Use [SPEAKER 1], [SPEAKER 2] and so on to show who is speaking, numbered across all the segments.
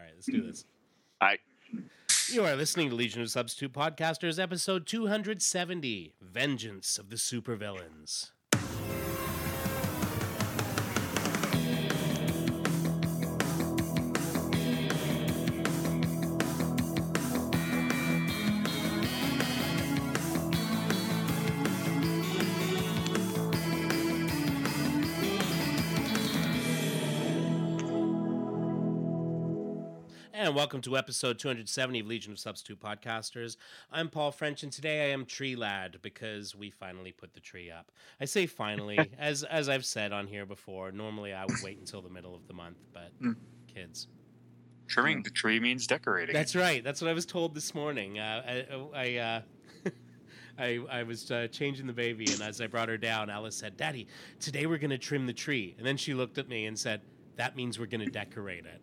[SPEAKER 1] Let's do this.
[SPEAKER 2] I
[SPEAKER 1] You are listening to Legion of Substitute Podcasters, episode 270 Vengeance of the Supervillains. And welcome to episode 270 of Legion of Substitute Podcasters. I'm Paul French, and today I am Tree Lad because we finally put the tree up. I say finally, as as I've said on here before. Normally, I would wait until the middle of the month, but
[SPEAKER 3] Mm.
[SPEAKER 1] kids.
[SPEAKER 2] Hmm.
[SPEAKER 3] Trimming the tree means decorating.
[SPEAKER 1] That's right. That's what I was told this morning. Uh, I I, uh, I I was uh, changing the baby, and as I brought her down, Alice said, "Daddy, today we're going to trim the tree." And then she looked at me and said, "That means we're going to decorate it."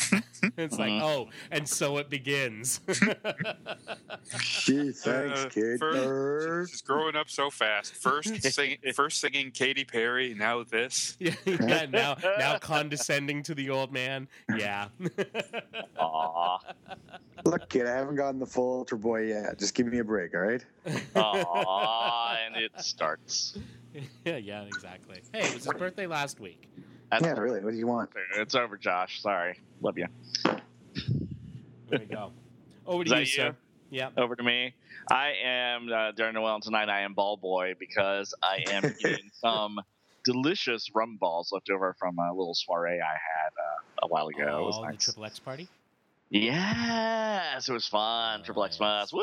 [SPEAKER 1] it's like,
[SPEAKER 2] Mhm.
[SPEAKER 1] oh, and so it begins.
[SPEAKER 4] Gee, thanks,
[SPEAKER 3] Uh,
[SPEAKER 4] kid.
[SPEAKER 3] fur- She's growing up so fast. First, sing, first singing Katy Perry, now this.
[SPEAKER 1] yeah, yeah, now now condescending to the old man. Yeah.
[SPEAKER 2] aw
[SPEAKER 4] Look, kid, I haven't gotten the full Ultra Boy yet. Just give me a break, all right?
[SPEAKER 2] aw, and it starts.
[SPEAKER 1] yeah, yeah, exactly. Hey, it was his birthday last week.
[SPEAKER 2] That's
[SPEAKER 4] yeah, really. What do you want?
[SPEAKER 2] It's over, Josh. Sorry, love you.
[SPEAKER 1] There we go. Over
[SPEAKER 2] Is
[SPEAKER 1] to you,
[SPEAKER 2] that you?
[SPEAKER 1] sir. Yeah.
[SPEAKER 2] Over to me. I am uh, during the well tonight. I am ball boy because I am eating some delicious rum balls left over from a little soiree I had uh, a while ago. it was
[SPEAKER 1] Oh, the
[SPEAKER 2] nice.
[SPEAKER 1] Triple X party.
[SPEAKER 2] Yes, it was fun. Triple X Mass. Woot!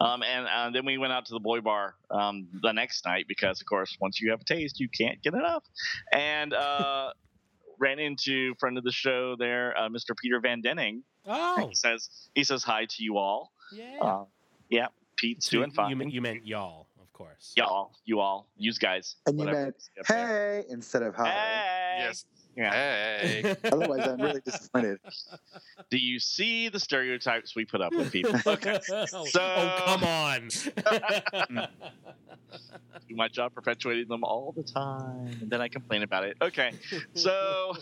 [SPEAKER 2] Um, and uh, then we went out to the boy bar um, the next night because, of course, once you have a taste, you can't get enough. And uh, ran into friend of the show there, uh, Mr. Peter Van Denning.
[SPEAKER 1] Oh,
[SPEAKER 2] He says he says hi to you all.
[SPEAKER 1] yeah.
[SPEAKER 2] Uh, yeah, Pete's
[SPEAKER 1] So
[SPEAKER 2] doing
[SPEAKER 1] you-
[SPEAKER 2] fine.
[SPEAKER 1] You, mean- you meant y'all, of course.
[SPEAKER 2] Y'all, you all, you guys.
[SPEAKER 4] And you
[SPEAKER 2] whatever.
[SPEAKER 4] meant,
[SPEAKER 2] Yep, yep.
[SPEAKER 4] hey, instead of hi.
[SPEAKER 2] Hey!
[SPEAKER 3] Yes.
[SPEAKER 2] Yeah.
[SPEAKER 3] Hey.
[SPEAKER 4] Otherwise, I'm really disappointed.
[SPEAKER 2] Do you see the stereotypes we put up with people?
[SPEAKER 1] oh,
[SPEAKER 2] So-
[SPEAKER 1] come on.
[SPEAKER 2] do my job perpetuating them all the time and then i complain about it okay so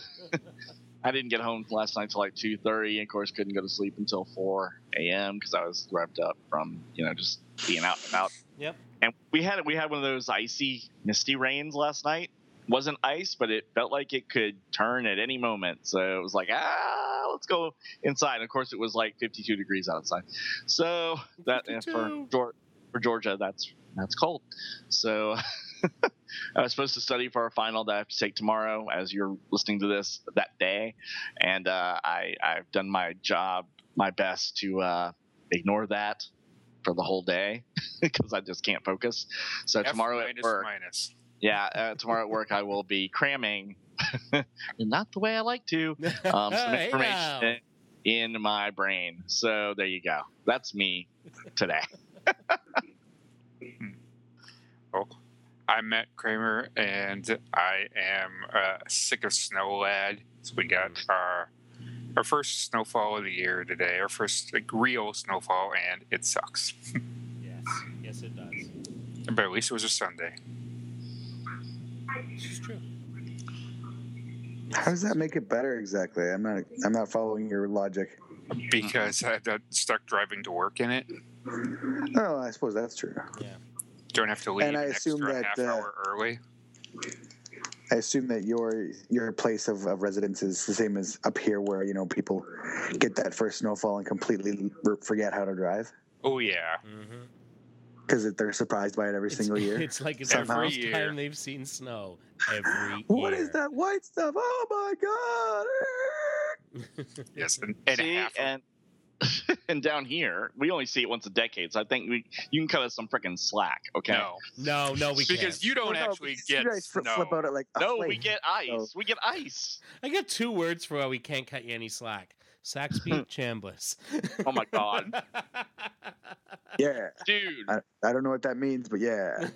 [SPEAKER 2] i didn't get home last night till like 2.30 and of course couldn't go to sleep until 4 a.m because i was revved up from you know just being out and about
[SPEAKER 1] Yep.
[SPEAKER 2] and we had we had one of those icy misty rains last night wasn't ice but it felt like it could turn at any moment so it was like ah let's go inside and of course it was like 52 degrees outside so that and for um,
[SPEAKER 1] 52.
[SPEAKER 2] Geor- for georgia that's that's cold so I was supposed to study for a final that I have to take tomorrow as you're listening to this that day. And uh, I, I've done my job, my best to uh, ignore that for the whole day because I just can't focus. So
[SPEAKER 3] F
[SPEAKER 2] tomorrow at
[SPEAKER 3] minus
[SPEAKER 2] work,
[SPEAKER 3] minus.
[SPEAKER 2] yeah, uh, tomorrow at work I will be cramming, not the way I like to, um, some
[SPEAKER 1] Hey, now.
[SPEAKER 2] information in my brain. So there you go. That's me today.
[SPEAKER 3] I'm Matt Oh, Kramer, and I am uh, sick of snow lad. So we got
[SPEAKER 2] Hmm.
[SPEAKER 3] our our first snowfall of the year today, our first like, real snowfall, and it sucks.
[SPEAKER 1] Yes. Yes, it does.
[SPEAKER 3] But at least it was a Sunday.
[SPEAKER 1] It's true.
[SPEAKER 4] How does that make it better exactly? I'm not I'm not following your logic.
[SPEAKER 2] Hmm.
[SPEAKER 3] because I got stuck driving to work in it.
[SPEAKER 4] Oh, I suppose that's true.
[SPEAKER 3] Don't have to leave
[SPEAKER 4] And I
[SPEAKER 3] an
[SPEAKER 4] assume
[SPEAKER 3] extra
[SPEAKER 4] that,
[SPEAKER 3] half
[SPEAKER 4] uh,
[SPEAKER 3] hour early.
[SPEAKER 4] I assume that your your place of, of residence is the same as up here where, you know, people get that first snowfall and completely r- forget how to drive
[SPEAKER 3] Oh yeah,
[SPEAKER 1] Mm-hmm.
[SPEAKER 4] because they're surprised by it every single
[SPEAKER 1] it's,
[SPEAKER 4] year.
[SPEAKER 1] It's like it's the
[SPEAKER 3] Somehow.
[SPEAKER 1] first
[SPEAKER 3] Every year.
[SPEAKER 1] time they've seen snow every
[SPEAKER 4] What
[SPEAKER 1] year.
[SPEAKER 4] is that white stuff? Oh my god!
[SPEAKER 3] yes, and, and
[SPEAKER 2] See,
[SPEAKER 3] half. of-
[SPEAKER 2] and and down here we only see it once a decade. So I think we you can cut us some freaking slack. Okay.
[SPEAKER 3] No,
[SPEAKER 1] No, no, we
[SPEAKER 3] because
[SPEAKER 1] can't.
[SPEAKER 3] you
[SPEAKER 4] Oh,
[SPEAKER 3] don't
[SPEAKER 4] no,
[SPEAKER 3] actually
[SPEAKER 4] because
[SPEAKER 3] get
[SPEAKER 4] you guys fl-
[SPEAKER 3] snow.
[SPEAKER 4] flip out at like a
[SPEAKER 2] No, we
[SPEAKER 4] flake.
[SPEAKER 2] get ice.
[SPEAKER 4] Oh, So-
[SPEAKER 2] We get ice.
[SPEAKER 1] I got two words for why we can't cut you any slack. Saxby Chambliss.
[SPEAKER 2] Oh my god,
[SPEAKER 4] Yeah,
[SPEAKER 2] dude.
[SPEAKER 4] I, I don't know what that means, but yeah.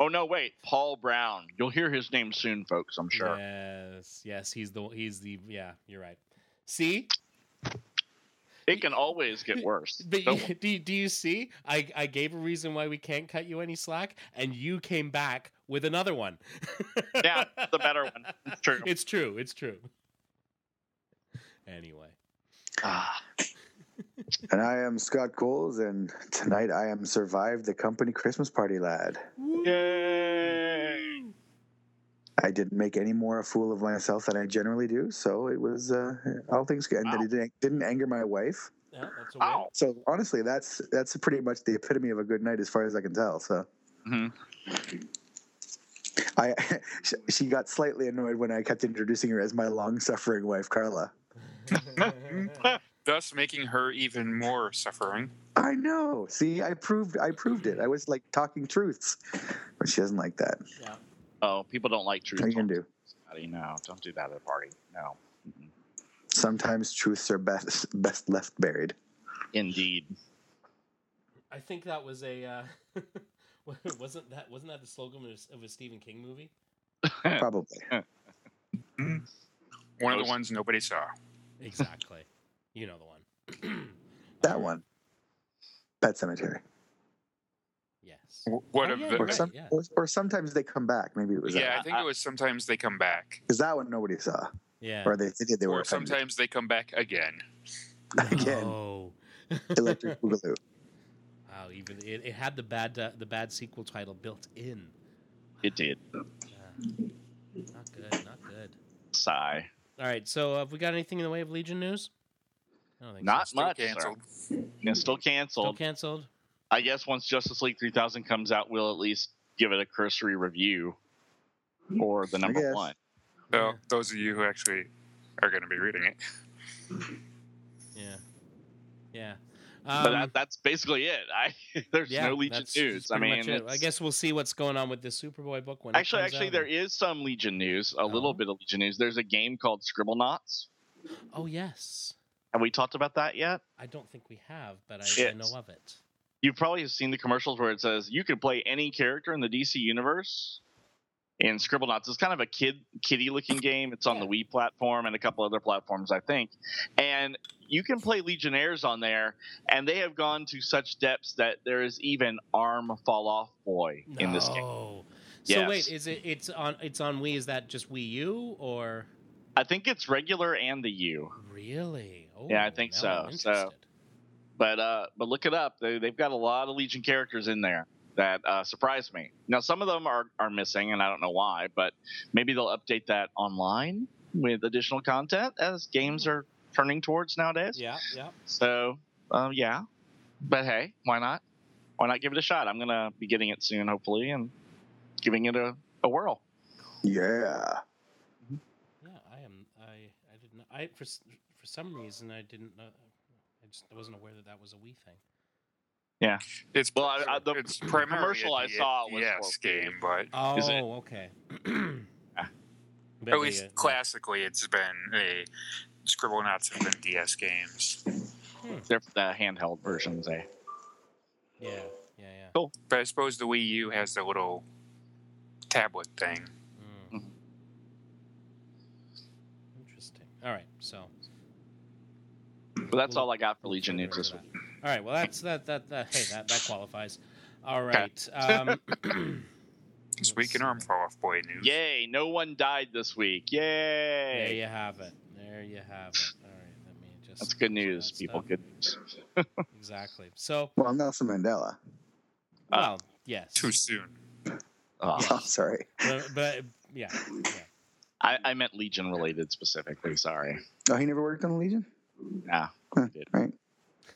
[SPEAKER 2] Oh no, wait, Paul Brown. You'll hear his name soon, folks. I'm sure.
[SPEAKER 1] Yes, yes, he's the he's the yeah. You're right. See,
[SPEAKER 2] It can always get worse.
[SPEAKER 1] but
[SPEAKER 2] Don't-
[SPEAKER 1] you, do, do you see? I I gave a reason why we can't cut you any slack, and you came back with another one.
[SPEAKER 2] yeah, it's the better one. It's true.
[SPEAKER 1] It's true. It's true. Anyway.
[SPEAKER 2] Ah,
[SPEAKER 4] And I am Scott Coles, and tonight I am survived the company Christmas party lad.
[SPEAKER 2] yay!
[SPEAKER 4] I didn't make any more a fool of myself than I generally do, so it was uh, all things good. And that it didn't, didn't anger my wife.
[SPEAKER 1] Yeah, that's a win.
[SPEAKER 2] Oh,
[SPEAKER 4] So honestly, that's that's pretty much the epitome of a good night, as far as I can tell. So
[SPEAKER 2] Mhm.
[SPEAKER 3] Mm-hmm.
[SPEAKER 4] I, she- she got slightly annoyed when I kept introducing her as my long-suffering wife, Carla.
[SPEAKER 3] thus making her even more suffering.
[SPEAKER 4] I know. See, I proved I proved it. I was like talking truths, but she doesn't like that.
[SPEAKER 2] oh, people don't like truth.
[SPEAKER 4] What are you gonna do?
[SPEAKER 2] Buddy, No, don't do that at a party. No, Mm-mm.
[SPEAKER 4] Sometimes truths are best best left buried.
[SPEAKER 2] indeed.
[SPEAKER 1] I think that was a uh, wasn't that wasn't that the slogan of a, of a Stephen King movie?
[SPEAKER 4] Probably.
[SPEAKER 3] One of the ones nobody saw.
[SPEAKER 1] Exactly. you know the one.
[SPEAKER 4] That one. Pet Cemetery.
[SPEAKER 1] Yes.
[SPEAKER 3] W- What
[SPEAKER 1] Oh,
[SPEAKER 3] of
[SPEAKER 1] yeah,
[SPEAKER 3] the,
[SPEAKER 4] Or,
[SPEAKER 1] right.
[SPEAKER 4] some,
[SPEAKER 1] yeah.
[SPEAKER 4] or, or sometimes they come back. Maybe it was that.
[SPEAKER 3] Yeah, I think it was sometimes they come back,
[SPEAKER 4] Because that one nobody saw.
[SPEAKER 1] Yeah.
[SPEAKER 4] Or they they, they were
[SPEAKER 3] or
[SPEAKER 4] offended.
[SPEAKER 3] sometimes they come back again.
[SPEAKER 4] Again.
[SPEAKER 1] No.
[SPEAKER 4] Electric Boogaloo.
[SPEAKER 1] Oh. wow. Even it, it had the bad uh, the bad sequel title built in.
[SPEAKER 2] It did.
[SPEAKER 1] Yeah. Not good. Not good.
[SPEAKER 2] Sigh.
[SPEAKER 1] All right. So uh, have we got anything in the way of Legion news? I don't think so.
[SPEAKER 2] Not
[SPEAKER 3] Still
[SPEAKER 2] much. sir.
[SPEAKER 3] canceled.
[SPEAKER 2] Yeah, still
[SPEAKER 1] Still
[SPEAKER 2] canceled.
[SPEAKER 1] canceled.
[SPEAKER 2] I guess once Justice League 3000 comes out, we'll at least give it a cursory review or the number
[SPEAKER 4] guess.
[SPEAKER 2] one.
[SPEAKER 3] So
[SPEAKER 1] Yeah.
[SPEAKER 3] those of you who actually are going to be reading it,
[SPEAKER 1] Yeah. Yeah.
[SPEAKER 2] but
[SPEAKER 1] Um,
[SPEAKER 2] that, that's basically it. I there's
[SPEAKER 1] yeah,
[SPEAKER 2] no Legion
[SPEAKER 1] that's-
[SPEAKER 2] news.
[SPEAKER 1] that's
[SPEAKER 2] I
[SPEAKER 1] pretty
[SPEAKER 2] mean,
[SPEAKER 1] much it. I
[SPEAKER 2] it's-
[SPEAKER 1] guess we'll see what's going on with the Superboy book when
[SPEAKER 2] actually,
[SPEAKER 1] it comes
[SPEAKER 2] actually,
[SPEAKER 1] out.
[SPEAKER 2] there is some Legion news. A
[SPEAKER 1] Oh.
[SPEAKER 2] little bit of Legion news. There's a game called Scribble Knots.
[SPEAKER 1] Oh yes,
[SPEAKER 2] Have we talked about that yet?
[SPEAKER 1] I don't think we have, but I, I
[SPEAKER 2] Yes.
[SPEAKER 1] know of it.
[SPEAKER 2] You probably have seen the commercials where it says you can play any character in the DC universe. In Scribble Knots, it's kind of a kid kiddie looking game. It's on the Wii platform and a couple other platforms, I think. And you can play Legionnaires on there, and they have gone to such depths that there is even Arm Fall Off Boy in this game.
[SPEAKER 1] No. So
[SPEAKER 2] Yes.
[SPEAKER 1] wait, is it? It's on. It's on Wii. Is that just Wii U or
[SPEAKER 2] I think it's regular and the U.
[SPEAKER 1] really? Oh,
[SPEAKER 2] Yeah, I think
[SPEAKER 1] now I'm
[SPEAKER 2] so. So-
[SPEAKER 1] interested.
[SPEAKER 2] But uh, but look it up. They, they've got a lot of Legion characters in there that uh, surprised me. Now some of them are are missing, and I don't know why. But maybe they'll update that online with additional content as games are turning towards nowadays.
[SPEAKER 1] yeah, yeah.
[SPEAKER 2] So um, yeah, but hey, why not? Why not give it a shot? I'm gonna be getting it soon, hopefully, and giving it a, a whirl.
[SPEAKER 4] Yeah.
[SPEAKER 1] Yeah, I am. I I didn't. I for s- for some reason I didn't know. I just wasn't aware that that was a Wii thing.
[SPEAKER 3] it's
[SPEAKER 2] Well, I- I- the-
[SPEAKER 3] it's
[SPEAKER 2] the
[SPEAKER 3] primarily
[SPEAKER 2] commercial
[SPEAKER 3] a
[SPEAKER 2] I saw was
[SPEAKER 3] DS
[SPEAKER 2] for-
[SPEAKER 3] game, but
[SPEAKER 1] Oh,
[SPEAKER 2] Is it-
[SPEAKER 1] okay.
[SPEAKER 2] Ah.
[SPEAKER 1] But
[SPEAKER 3] at
[SPEAKER 1] the,
[SPEAKER 3] least
[SPEAKER 1] uh,
[SPEAKER 3] classically, it's been a Scribble Knots have been DS games.
[SPEAKER 2] They're the handheld versions, eh?
[SPEAKER 1] Yeah, yeah, yeah.
[SPEAKER 3] But I suppose the Wii U has the little tablet thing.
[SPEAKER 2] Hmm.
[SPEAKER 1] Mm. Interesting. All right, so
[SPEAKER 2] But that's all I got for Legion news this
[SPEAKER 1] All
[SPEAKER 2] week.
[SPEAKER 1] right, well that's that that, that hey that that qualifies. All right. Um,
[SPEAKER 3] This
[SPEAKER 1] Let's
[SPEAKER 3] week in
[SPEAKER 1] see.
[SPEAKER 3] Arm Fall Off Boy news.
[SPEAKER 2] Yay! No one died this week.
[SPEAKER 1] There
[SPEAKER 2] Yay!
[SPEAKER 1] you have it. There you have it. All right, let me just.
[SPEAKER 2] That's good
[SPEAKER 1] close
[SPEAKER 2] news,
[SPEAKER 1] that
[SPEAKER 2] people.
[SPEAKER 1] stuff.
[SPEAKER 2] Good news.
[SPEAKER 1] Exactly. So,
[SPEAKER 4] Well, Nelson Mandela.
[SPEAKER 2] Uh,
[SPEAKER 1] well, yes,
[SPEAKER 3] Too soon.
[SPEAKER 2] Oh,
[SPEAKER 1] Yeah.
[SPEAKER 4] Oh, sorry.
[SPEAKER 1] but, but yeah, yeah.
[SPEAKER 2] I, I meant Legion related specifically. Sorry.
[SPEAKER 4] Oh, he never worked on the Legion.
[SPEAKER 2] Nah,
[SPEAKER 4] Huh,
[SPEAKER 2] Did.
[SPEAKER 4] right.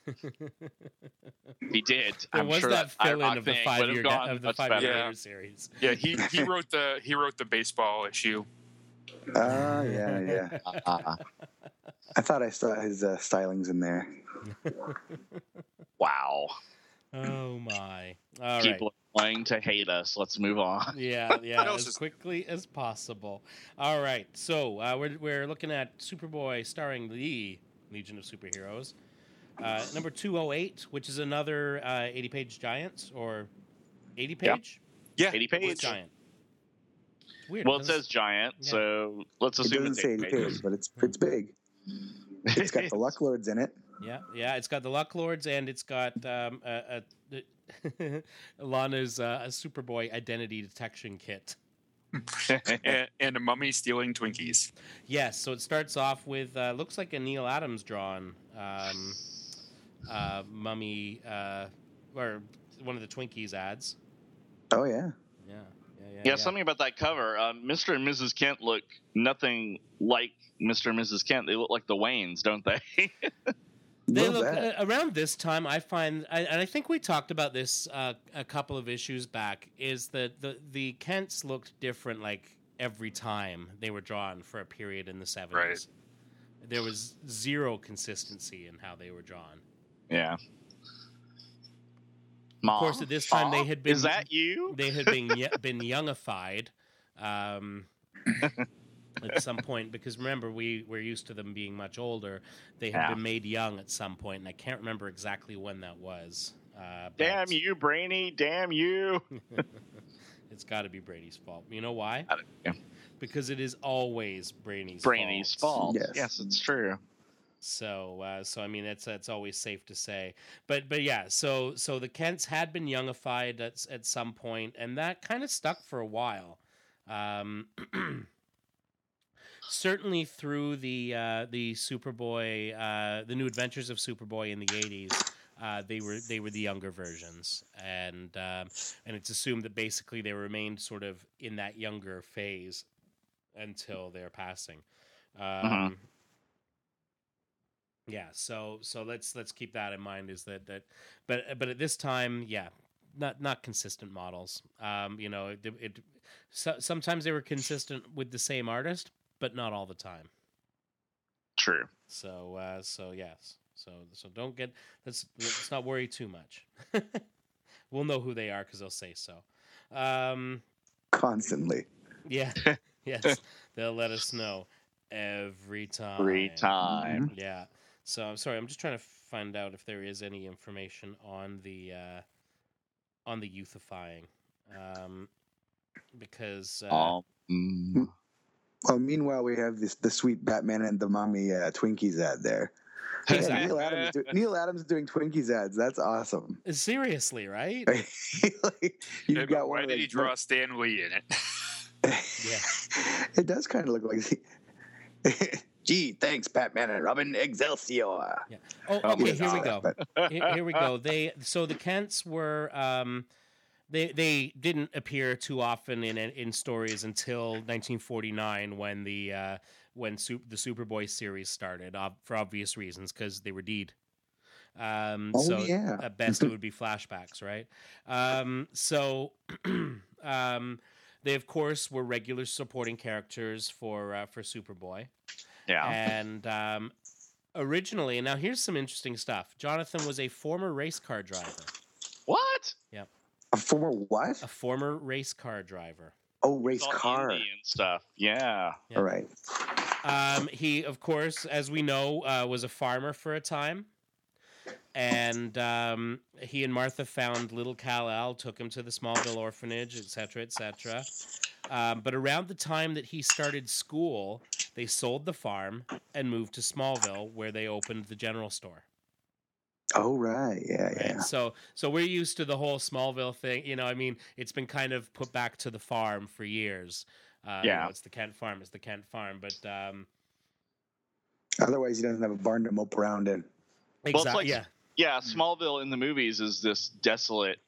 [SPEAKER 2] if he did,
[SPEAKER 1] There
[SPEAKER 2] I'm
[SPEAKER 1] was
[SPEAKER 2] sure
[SPEAKER 1] that fill in
[SPEAKER 2] IROC
[SPEAKER 1] of the
[SPEAKER 2] thing
[SPEAKER 1] five
[SPEAKER 2] would've
[SPEAKER 1] year
[SPEAKER 2] gone
[SPEAKER 1] of the
[SPEAKER 2] much
[SPEAKER 1] five year
[SPEAKER 2] better.
[SPEAKER 3] Yeah.
[SPEAKER 1] series.
[SPEAKER 3] Yeah, he, he wrote the he wrote the baseball issue.
[SPEAKER 4] Oh, yeah, yeah.
[SPEAKER 2] Uh,
[SPEAKER 4] I thought I saw his uh, stylings in there.
[SPEAKER 2] wow.
[SPEAKER 1] Oh my! All right.
[SPEAKER 2] people are going to hate us. Let's move on.
[SPEAKER 1] Yeah, yeah,
[SPEAKER 3] else
[SPEAKER 1] as
[SPEAKER 3] is-
[SPEAKER 1] quickly as possible. All right, so uh, we're we're looking at Superboy starring the Legion of Superheroes, uh, number two oh eight, which is another uh, eighty page giant or eighty
[SPEAKER 2] Yeah.
[SPEAKER 1] page
[SPEAKER 3] Yeah,
[SPEAKER 2] 80
[SPEAKER 1] What's
[SPEAKER 2] page.
[SPEAKER 1] giant. Weird.
[SPEAKER 2] Well, it
[SPEAKER 1] doesn't-
[SPEAKER 2] says giant,
[SPEAKER 1] Yeah.
[SPEAKER 2] so let's
[SPEAKER 4] It
[SPEAKER 2] assume
[SPEAKER 4] doesn't
[SPEAKER 2] it's
[SPEAKER 4] say
[SPEAKER 2] 80
[SPEAKER 4] it
[SPEAKER 2] pages.
[SPEAKER 4] is, but it's it's big. It's got the Luck Lords in it.
[SPEAKER 1] yeah, yeah. It's got the Luck Lords and it's got um, a, a, Lana's uh, a Superboy identity detection kit.
[SPEAKER 3] and, and a mummy stealing Twinkies.
[SPEAKER 1] Yes, so it starts off with uh, looks like a Neil Adams drawn um, uh, mummy uh, or one of the Twinkies ads.
[SPEAKER 4] Oh yeah.
[SPEAKER 1] Yeah, yeah, yeah.
[SPEAKER 2] yeah, something about that cover. Uh, Mr. and Mrs. Kent look nothing like Mr. and Mrs. Kent. They look like the Waynes, don't they?
[SPEAKER 1] They
[SPEAKER 4] Love
[SPEAKER 1] look
[SPEAKER 4] that.
[SPEAKER 1] uh, around this time. I find, I, and I think we talked about this uh, a couple of issues back. Is that the the Kents looked different like every time they were drawn for a period in the seventies. There was zero consistency in how they were drawn.
[SPEAKER 2] yeah. Mom,
[SPEAKER 1] Of course, at this time they
[SPEAKER 2] Mom,
[SPEAKER 1] had been
[SPEAKER 2] Is that you?
[SPEAKER 1] they had been ye- been youngified um, at some point because remember we were used to them being much older. They had
[SPEAKER 2] Yeah.
[SPEAKER 1] been made young at some point, and I can't remember exactly when that was. Uh, but-
[SPEAKER 2] Damn you, Brainy! Damn you!
[SPEAKER 1] It's got to be Brady's fault. You know why?
[SPEAKER 2] I don't- yeah.
[SPEAKER 1] Because it is always Brady's
[SPEAKER 2] Brainy's fault.
[SPEAKER 4] Yes.
[SPEAKER 2] Yes. it's true.
[SPEAKER 1] So, uh, so I mean, it's it's always safe to say. But but yeah, so so the Kents had been youngified at s- at some point, and that kind of stuck for a while. Um, certainly through the uh, the Superboy, uh, the New Adventures of Superboy in the eighties. Uh, they were they were the younger versions, and um and it's assumed that basically they remained sort of in that younger phase until their passing. Um,
[SPEAKER 2] Mhm.
[SPEAKER 1] Yeah, so so let's let's keep that in mind. Is that that, but but at this time, yeah, not not consistent models. Um, you know, it, it so, sometimes they were consistent with the same artist, but not all the time.
[SPEAKER 2] True.
[SPEAKER 1] So uh, so yes. So so don't get let's let's not worry too much. we'll know who they are because they'll say so. Um,
[SPEAKER 4] Constantly.
[SPEAKER 1] yeah. yes. They'll let us know every time.
[SPEAKER 2] Every time.
[SPEAKER 1] Yeah. So I'm sorry. I'm just trying to find out if there is any information on the uh, on the youthifying, um, because uh,
[SPEAKER 2] Um, mm,
[SPEAKER 4] Well, Oh, meanwhile, we have this the sweet Batman and the Mummy uh, Twinkies ad there. Yeah,
[SPEAKER 1] Exactly.
[SPEAKER 4] Neil, Adams do, Neil Adams is doing Twinkies ads. That's awesome.
[SPEAKER 1] seriously, right?
[SPEAKER 4] Like, you've
[SPEAKER 3] Yeah, but
[SPEAKER 4] got one
[SPEAKER 3] why
[SPEAKER 4] of
[SPEAKER 3] did
[SPEAKER 4] the-
[SPEAKER 3] he draw Stan Lee in it?
[SPEAKER 4] It does kind of look like. Gee, thanks, Batman and Robin. Excelsior.
[SPEAKER 1] Oh,
[SPEAKER 2] Oh,
[SPEAKER 1] okay.
[SPEAKER 4] Yes,
[SPEAKER 1] Here we
[SPEAKER 4] uh,
[SPEAKER 1] go.
[SPEAKER 4] but-
[SPEAKER 1] here, here we go. They so the Kents were um, they they didn't appear too often in in stories until 1949 when the uh, when Sup- the Superboy series started ob- for obvious reasons because they were deed. Um,
[SPEAKER 4] oh
[SPEAKER 1] so
[SPEAKER 4] yeah.
[SPEAKER 1] at best it would be flashbacks, right? Um, so um, they of course were regular supporting characters for uh, for Superboy
[SPEAKER 2] yeah.
[SPEAKER 1] and um, originally, and now here's some interesting stuff. Jonathan was a former race car driver.
[SPEAKER 2] What?
[SPEAKER 4] A former what?
[SPEAKER 1] A former race car driver.
[SPEAKER 4] Oh, race
[SPEAKER 2] All
[SPEAKER 4] car.
[SPEAKER 2] indie and stuff. Yeah.
[SPEAKER 1] Yeah.
[SPEAKER 4] All right.
[SPEAKER 1] Um, he, of course, as we know, uh, was a farmer for a time. And um, he and Martha found little Cal Al, took him to the Smallville orphanage, et cetera, et cetera. Um, but around the time that he started school, they sold the farm and moved to Smallville, where they opened the general store.
[SPEAKER 4] Oh right. Yeah,
[SPEAKER 1] Right?
[SPEAKER 4] yeah.
[SPEAKER 1] So so we're used to the whole Smallville thing. You know, I mean, it's been kind of put back to the farm for years. Uh, you
[SPEAKER 2] Yeah.
[SPEAKER 1] know, it's the Kent farm. It's the Kent farm, but um,
[SPEAKER 4] Otherwise, he doesn't have a barn to mope around in.
[SPEAKER 2] it's
[SPEAKER 1] exactly.
[SPEAKER 2] like-
[SPEAKER 1] yeah,
[SPEAKER 2] Yeah. Smallville in the movies is this desolate,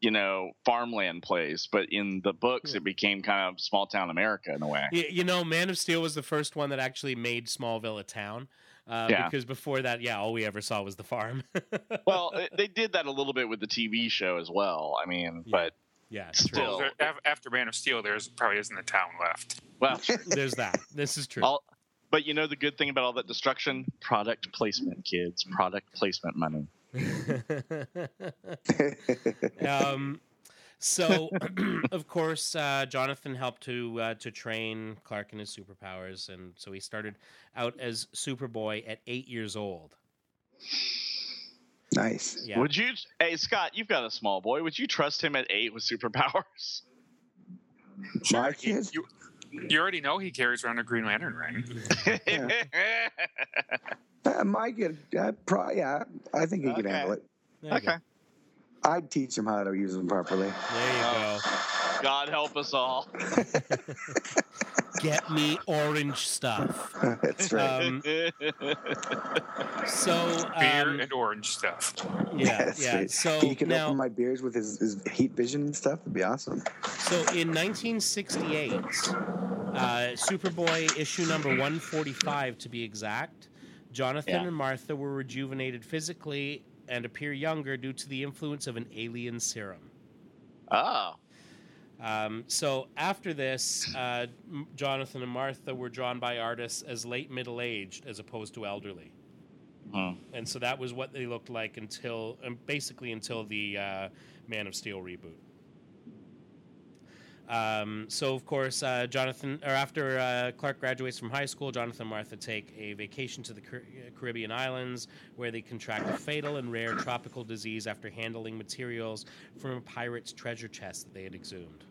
[SPEAKER 2] you know, farmland place, but in the books it became kind of small town America in a way.
[SPEAKER 1] you, you know, Man of Steel was the first one that actually made Smallville a town. Uh,
[SPEAKER 2] Yeah.
[SPEAKER 1] Because before that, yeah, all we ever saw was the farm.
[SPEAKER 2] Well, they- they did that a little bit with the TV show as well. I mean,
[SPEAKER 1] Yeah.
[SPEAKER 2] but
[SPEAKER 1] yeah,
[SPEAKER 2] Still.
[SPEAKER 1] true.
[SPEAKER 3] Well, there, af- after Man of Steel, there's probably isn't a town left.
[SPEAKER 2] well,
[SPEAKER 1] There's that. This is true.
[SPEAKER 2] All- but you know the good thing about all that destruction? Product placement, kids. Product placement money.
[SPEAKER 1] um, so, of course, uh, Jonathan helped to uh, to train Clark in his superpowers, and so he started out as Superboy at eight years old.
[SPEAKER 4] nice.
[SPEAKER 1] Yeah,
[SPEAKER 2] Would you? Hey, Scott, you've got a small boy. Would you trust him at eight with superpowers?
[SPEAKER 4] My
[SPEAKER 3] He-
[SPEAKER 4] kids.
[SPEAKER 3] you, you already know he carries around a Green Lantern ring.
[SPEAKER 4] Uh, my kid. Uh, pro, yeah, I think he can
[SPEAKER 2] Okay.
[SPEAKER 4] handle it.
[SPEAKER 1] there you
[SPEAKER 2] okay.
[SPEAKER 1] go.
[SPEAKER 4] I'd teach him how to use them properly.
[SPEAKER 1] There you go.
[SPEAKER 2] God help us all.
[SPEAKER 1] Get me orange stuff.
[SPEAKER 4] That's right.
[SPEAKER 1] Um, so
[SPEAKER 3] Beer
[SPEAKER 1] um,
[SPEAKER 3] and orange stuff.
[SPEAKER 1] yeah,
[SPEAKER 4] That's
[SPEAKER 1] yeah.
[SPEAKER 4] right.
[SPEAKER 1] So
[SPEAKER 4] he can
[SPEAKER 1] now,
[SPEAKER 4] open my beers with his, his heat vision and stuff. It'd be awesome.
[SPEAKER 1] So in 1968, uh, Superboy issue number 145 to be exact, Jonathan
[SPEAKER 2] Yeah.
[SPEAKER 1] and Martha were rejuvenated physically and appear younger due to the influence of an alien serum.
[SPEAKER 2] oh,
[SPEAKER 1] Um, so after this, uh, M- Jonathan and Martha were drawn by artists as late middle aged as opposed to elderly.
[SPEAKER 2] Mhm.
[SPEAKER 1] And Hmm. so that was what they looked like until um, basically until the uh, Man of Steel reboot. Um, so of course, uh, Jonathan, or after uh, Clark graduates from high school, Jonathan and Martha take a vacation to the Car- Caribbean islands, where they contract a fatal and rare tropical disease after handling materials from a pirate's treasure chest that they had exhumed.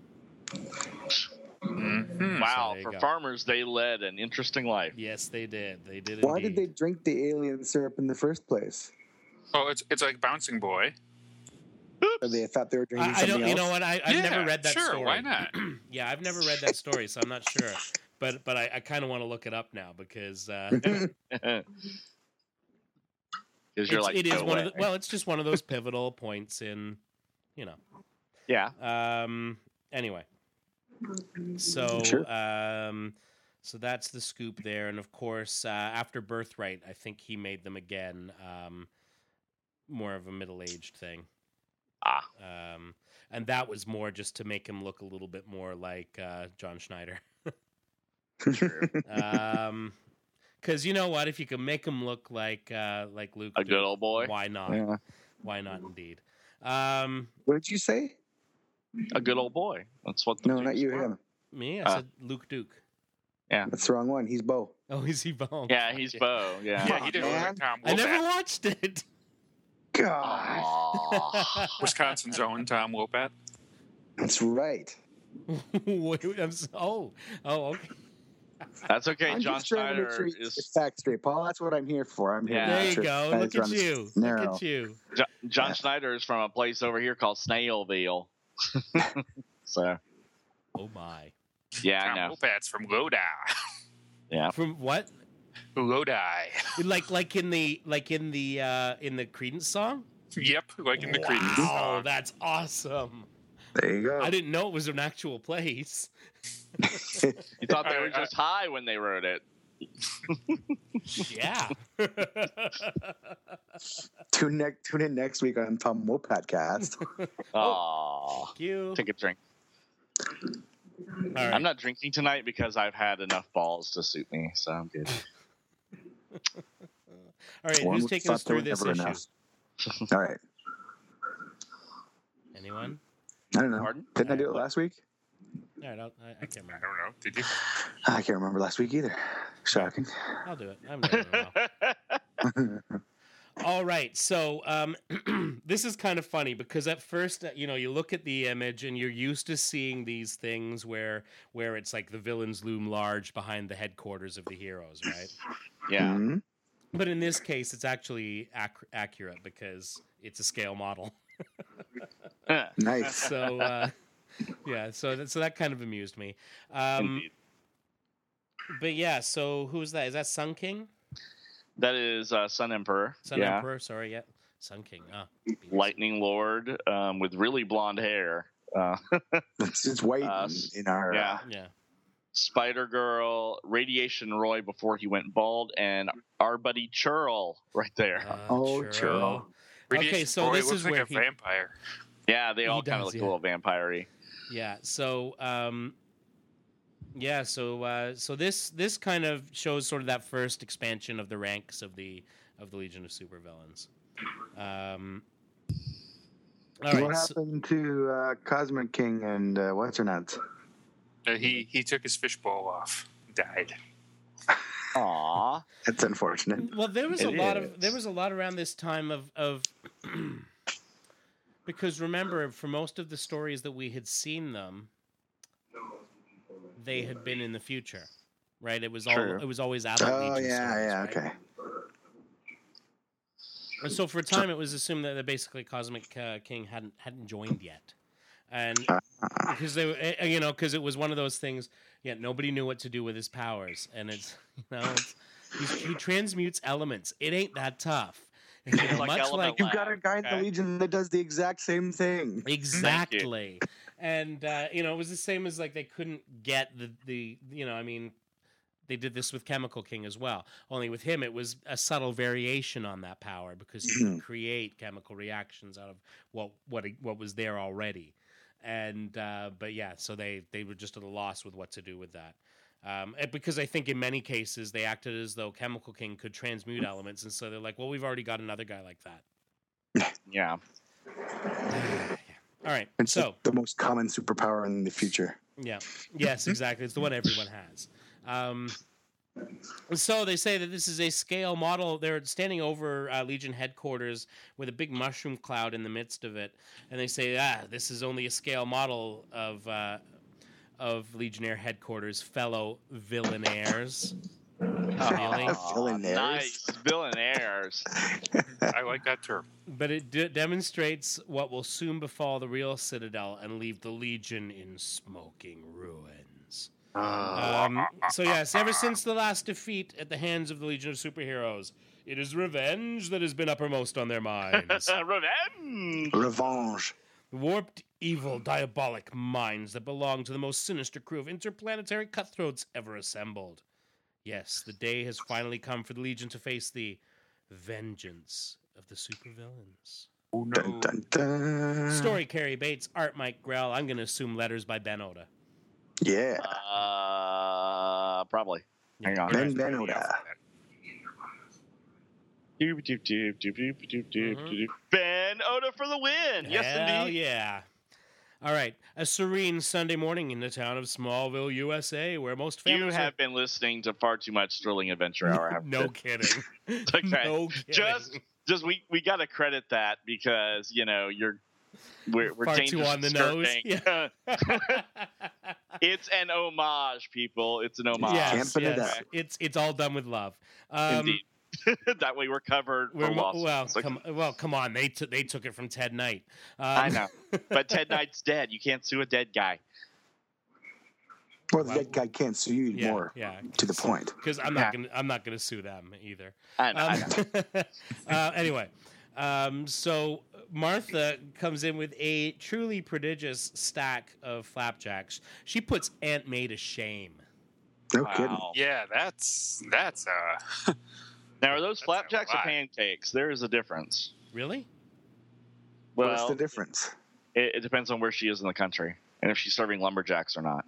[SPEAKER 3] Mhm.
[SPEAKER 2] wow.
[SPEAKER 1] there you
[SPEAKER 2] For
[SPEAKER 1] go.
[SPEAKER 2] farmers, they led an interesting life.
[SPEAKER 1] Yes, they did. They did.
[SPEAKER 4] Why did they
[SPEAKER 1] indeed.
[SPEAKER 4] drink the alien syrup in the first place?
[SPEAKER 3] Oh, it's it's like Bouncing Boy.
[SPEAKER 4] Or they thought they were drinking
[SPEAKER 1] I, I
[SPEAKER 4] something
[SPEAKER 1] don't. You know
[SPEAKER 4] else?
[SPEAKER 1] what? I, I've
[SPEAKER 3] Yeah,
[SPEAKER 1] never read that
[SPEAKER 3] sure,
[SPEAKER 1] story.
[SPEAKER 3] why not?
[SPEAKER 1] yeah, I've never read that story, so I'm not sure. But but I, I kind of want to look it up now because uh,
[SPEAKER 2] Because you're
[SPEAKER 1] it's,
[SPEAKER 2] like,
[SPEAKER 1] it is
[SPEAKER 2] "Go
[SPEAKER 1] one of
[SPEAKER 2] away."
[SPEAKER 1] the, well, it's just one of those pivotal points in, you know.
[SPEAKER 2] yeah.
[SPEAKER 1] Um. Anyway. So.
[SPEAKER 4] Sure.
[SPEAKER 1] Um. So that's the scoop there, and of course, uh, after Birthright, I think he made them again, um, more of a middle-aged thing.
[SPEAKER 2] Ah,
[SPEAKER 1] Um, and that was more just to make him look a little bit more like uh, John Schneider. Because you know what? If you can make him look like uh, like Luke,
[SPEAKER 2] a good
[SPEAKER 1] Duke,
[SPEAKER 2] old boy.
[SPEAKER 1] why not?
[SPEAKER 4] Yeah.
[SPEAKER 1] Why not? Indeed. Um,
[SPEAKER 4] What did you say?
[SPEAKER 2] A good old boy. That's what. the
[SPEAKER 4] No, not
[SPEAKER 2] Dukes
[SPEAKER 4] you.
[SPEAKER 2] were.
[SPEAKER 4] Him.
[SPEAKER 1] me, I
[SPEAKER 2] Uh.
[SPEAKER 1] said Luke Duke.
[SPEAKER 4] That's the wrong one. He's Bo.
[SPEAKER 1] Oh, is he bald?
[SPEAKER 2] Yeah, he's Bo. Yeah.
[SPEAKER 3] Yeah, he didn't look
[SPEAKER 4] man.
[SPEAKER 3] like Tom
[SPEAKER 1] I
[SPEAKER 3] Wolpat.
[SPEAKER 1] never watched it.
[SPEAKER 4] God,
[SPEAKER 2] Aw.
[SPEAKER 3] Wisconsin's own Tom Wolpat.
[SPEAKER 4] that's right.
[SPEAKER 1] Wait, I'm so, oh, oh, okay.
[SPEAKER 2] That's okay.
[SPEAKER 4] I'm
[SPEAKER 2] John
[SPEAKER 4] just trying to make
[SPEAKER 2] Schneider
[SPEAKER 4] sure you get
[SPEAKER 2] is
[SPEAKER 4] facts straight, Paul. That's what I'm here for. I'm here.
[SPEAKER 2] Yeah.
[SPEAKER 4] to
[SPEAKER 1] there
[SPEAKER 4] make
[SPEAKER 1] you
[SPEAKER 4] sure
[SPEAKER 1] go.
[SPEAKER 4] guys
[SPEAKER 1] Look
[SPEAKER 4] are
[SPEAKER 1] at
[SPEAKER 4] on the
[SPEAKER 1] you.
[SPEAKER 4] Narrow.
[SPEAKER 1] Look at you.
[SPEAKER 2] Jo- John Schneider is from a place over here called Snailville. so
[SPEAKER 1] Oh my.
[SPEAKER 2] yeah, I
[SPEAKER 3] Tom
[SPEAKER 2] know.
[SPEAKER 3] Wolpat's from Lodi.
[SPEAKER 1] From what?
[SPEAKER 3] Lodi.
[SPEAKER 1] Like like in the like in the uh in the Credence song?
[SPEAKER 3] Yep, like in the
[SPEAKER 1] wow,
[SPEAKER 3] Creedence song.
[SPEAKER 1] that's awesome.
[SPEAKER 4] There you go.
[SPEAKER 1] I didn't know it was an actual place.
[SPEAKER 2] You thought they
[SPEAKER 3] I-
[SPEAKER 2] were
[SPEAKER 3] I-
[SPEAKER 2] just high when they wrote it.
[SPEAKER 1] Yeah.
[SPEAKER 4] Tune, ne- tune in next week on Tom Wolf podcast.
[SPEAKER 1] Oh.
[SPEAKER 2] Aw.
[SPEAKER 1] you.
[SPEAKER 2] Take a drink.
[SPEAKER 1] All right.
[SPEAKER 2] I'm not drinking tonight because I've had enough balls to suit me, so I'm good.
[SPEAKER 1] All right. Who's taking us through this issue?
[SPEAKER 4] All right.
[SPEAKER 1] Anyone?
[SPEAKER 4] I don't know.
[SPEAKER 2] Pardon?
[SPEAKER 4] Didn't I do it last week?
[SPEAKER 1] All right. I'll, I, I can't
[SPEAKER 3] I
[SPEAKER 1] remember.
[SPEAKER 3] don't know. Did you?
[SPEAKER 4] Ah, I can't remember last week either. Shocking.
[SPEAKER 1] I'll do it. I'm not doing well. All right. So um, this is kind of funny because at first, uh, you know, you look at the image and you're used to seeing these things where where it's like the villains loom large behind the headquarters of the heroes, right?
[SPEAKER 2] yeah.
[SPEAKER 4] Mhm.
[SPEAKER 1] But in this case, it's actually ac- accurate because it's a scale model.
[SPEAKER 4] Nice.
[SPEAKER 1] So uh, yeah, so that, so that kind of amused me. Um,
[SPEAKER 2] Indeed.
[SPEAKER 1] but yeah, so who's that? Is that Sun King?
[SPEAKER 2] That is uh, Sun Emperor.
[SPEAKER 1] Sun
[SPEAKER 2] yeah.
[SPEAKER 1] Emperor? Sorry, yeah, Sun King. Ah, beans.
[SPEAKER 2] Lightning Lord um, with really blonde hair. Uh,
[SPEAKER 4] It's, it's white
[SPEAKER 2] Uh,
[SPEAKER 4] in, in our.
[SPEAKER 2] yeah.
[SPEAKER 4] Uh,
[SPEAKER 1] Yeah.
[SPEAKER 2] Spider Girl, Radiation Roy before he went bald, and our buddy Churl right there.
[SPEAKER 1] Uh,
[SPEAKER 4] oh,
[SPEAKER 1] churro.
[SPEAKER 4] churl.
[SPEAKER 1] Okay,
[SPEAKER 3] Radiation
[SPEAKER 1] so
[SPEAKER 3] Boy
[SPEAKER 1] this
[SPEAKER 3] looks
[SPEAKER 1] is
[SPEAKER 3] like
[SPEAKER 1] where
[SPEAKER 3] a
[SPEAKER 1] he-
[SPEAKER 3] vampire.
[SPEAKER 2] yeah, they
[SPEAKER 1] he
[SPEAKER 2] all kind
[SPEAKER 1] does,
[SPEAKER 2] of look
[SPEAKER 1] yeah.
[SPEAKER 2] a little vampire-y.
[SPEAKER 1] Yeah. So, um, yeah. So, uh, so this this kind of shows sort of that first expansion of the ranks of the of the Legion of Supervillains. Um, all
[SPEAKER 4] what
[SPEAKER 1] right. so-
[SPEAKER 4] happened to uh, Cosmic King and uh, what's her nuts?
[SPEAKER 3] Uh, he he took his fishbowl off. Died.
[SPEAKER 2] Aw.
[SPEAKER 4] That's unfortunate.
[SPEAKER 1] well, there was a
[SPEAKER 2] It
[SPEAKER 1] lot of there
[SPEAKER 2] is.
[SPEAKER 1] was a lot around this time of of because remember for most of the stories that we had seen them, they had been in the future, right? It was all
[SPEAKER 4] True.
[SPEAKER 1] it was always adult
[SPEAKER 4] Oh yeah,
[SPEAKER 1] Legion stories,
[SPEAKER 4] yeah,
[SPEAKER 1] right?
[SPEAKER 4] okay.
[SPEAKER 1] And so for a time, it was assumed that that basically Cosmic uh, King hadn't hadn't joined yet. and because they, eh, you know, because it was one of those things. Yeah, nobody knew what to do with his powers, and it's you know, it's, he's, he transmutes elements. It ain't that tough. You know,
[SPEAKER 2] like
[SPEAKER 1] much like
[SPEAKER 2] Element
[SPEAKER 4] You got a guy in
[SPEAKER 3] Okay.
[SPEAKER 4] the Legion that does the exact same thing.
[SPEAKER 1] Exactly. and uh, you know, it was the same as like they couldn't get the the you know, I mean, they did this with Chemical King as well. Only with him, it was a subtle variation on that power because he could create chemical reactions out of what what what was there already. And uh, but yeah, so they they were just at a loss with what to do with that. Um, and because I think in many cases they acted as though Chemical King could transmute elements, and so they're like, "Well, we've already got another guy like that."
[SPEAKER 2] Yeah.
[SPEAKER 1] Yeah. All right,
[SPEAKER 4] It's
[SPEAKER 1] so
[SPEAKER 4] the most common superpower in the future.
[SPEAKER 1] Yeah. Yes, exactly. It's the one everyone has. Um, so they say that this is a scale model. They're standing over uh, Legion headquarters with a big mushroom cloud in the midst of it, and they say, "Ah, this is only a scale model of uh, of Legionnaire headquarters, fellow villainaires." Really?
[SPEAKER 2] Aw,
[SPEAKER 4] Villainaires.
[SPEAKER 2] Nice. Villainaires.
[SPEAKER 3] I like that term.
[SPEAKER 1] But it d- demonstrates what will soon befall the real Citadel and leave the Legion in smoking ruins. Um, so yes, ever since the last defeat at the hands of the Legion of Superheroes, it is revenge that has been uppermost on their minds.
[SPEAKER 2] Uh, Revenge.
[SPEAKER 4] Revenge.
[SPEAKER 1] Warped, evil, diabolic minds that belong to the most sinister crew of interplanetary cutthroats ever assembled. Yes, the day has finally come for the Legion to face the vengeance of the supervillains.
[SPEAKER 3] Oh, no.
[SPEAKER 4] Dun, dun,
[SPEAKER 2] Mm.
[SPEAKER 4] dun.
[SPEAKER 1] Story Carrie Bates, art Mike Grell. I'm going to assume letters by Ben Oda.
[SPEAKER 4] Yeah.
[SPEAKER 2] Uh, probably. Hang on.
[SPEAKER 4] Ben Ben Oda.
[SPEAKER 2] Doop, doop, doop, doop, doop, doop, doop, doop. Ben Oda for the win. Yes,
[SPEAKER 1] Mm-hmm. Hell
[SPEAKER 2] indeed.
[SPEAKER 1] yeah. All right. A serene Sunday morning in the town of Smallville, USA, where most
[SPEAKER 2] You
[SPEAKER 1] families are-
[SPEAKER 2] have been listening to far too much Thrilling Adventure Hour. haven't
[SPEAKER 1] No
[SPEAKER 2] you?
[SPEAKER 1] kidding.
[SPEAKER 2] Okay.
[SPEAKER 1] No kidding.
[SPEAKER 2] Just- just we we got to credit that because you know you're we're, we're
[SPEAKER 1] Far too
[SPEAKER 2] dangerous
[SPEAKER 1] on the
[SPEAKER 2] skirting.
[SPEAKER 1] nose. Yeah.
[SPEAKER 2] it's an homage, people. It's an homage.
[SPEAKER 1] yes,
[SPEAKER 4] Camping it
[SPEAKER 1] yes.
[SPEAKER 4] up.
[SPEAKER 1] It's it's all done with love. Um,
[SPEAKER 2] Indeed. that way we're covered
[SPEAKER 1] We're,
[SPEAKER 2] for
[SPEAKER 1] mo-
[SPEAKER 2] losses.
[SPEAKER 1] well,
[SPEAKER 2] It's like-
[SPEAKER 1] come, well, come on. They took they took it from Ted Knight. Um,
[SPEAKER 2] I know, but Ted Knight's dead. You can't sue a dead guy.
[SPEAKER 4] Well, the
[SPEAKER 1] Well-
[SPEAKER 4] dead guy can't sue you
[SPEAKER 1] Yeah,
[SPEAKER 4] more.
[SPEAKER 1] yeah.
[SPEAKER 4] To the point.
[SPEAKER 1] Because I'm not
[SPEAKER 2] Yeah.
[SPEAKER 1] gonna I'm not gonna sue them either.
[SPEAKER 2] I know. I know.
[SPEAKER 1] Um, uh, anyway, um, so Martha comes in with a truly prodigious stack of flapjacks. She puts Aunt May to shame.
[SPEAKER 4] No kidding.
[SPEAKER 2] Wow.
[SPEAKER 3] Yeah, that's that's uh
[SPEAKER 2] Now, are those
[SPEAKER 3] That's a
[SPEAKER 2] flapjacks or
[SPEAKER 3] lot.
[SPEAKER 2] pancakes? There is a difference.
[SPEAKER 1] Really?
[SPEAKER 4] What's
[SPEAKER 2] Well,
[SPEAKER 4] the difference?
[SPEAKER 2] it, it depends on where she is in the country and if she's serving lumberjacks or not.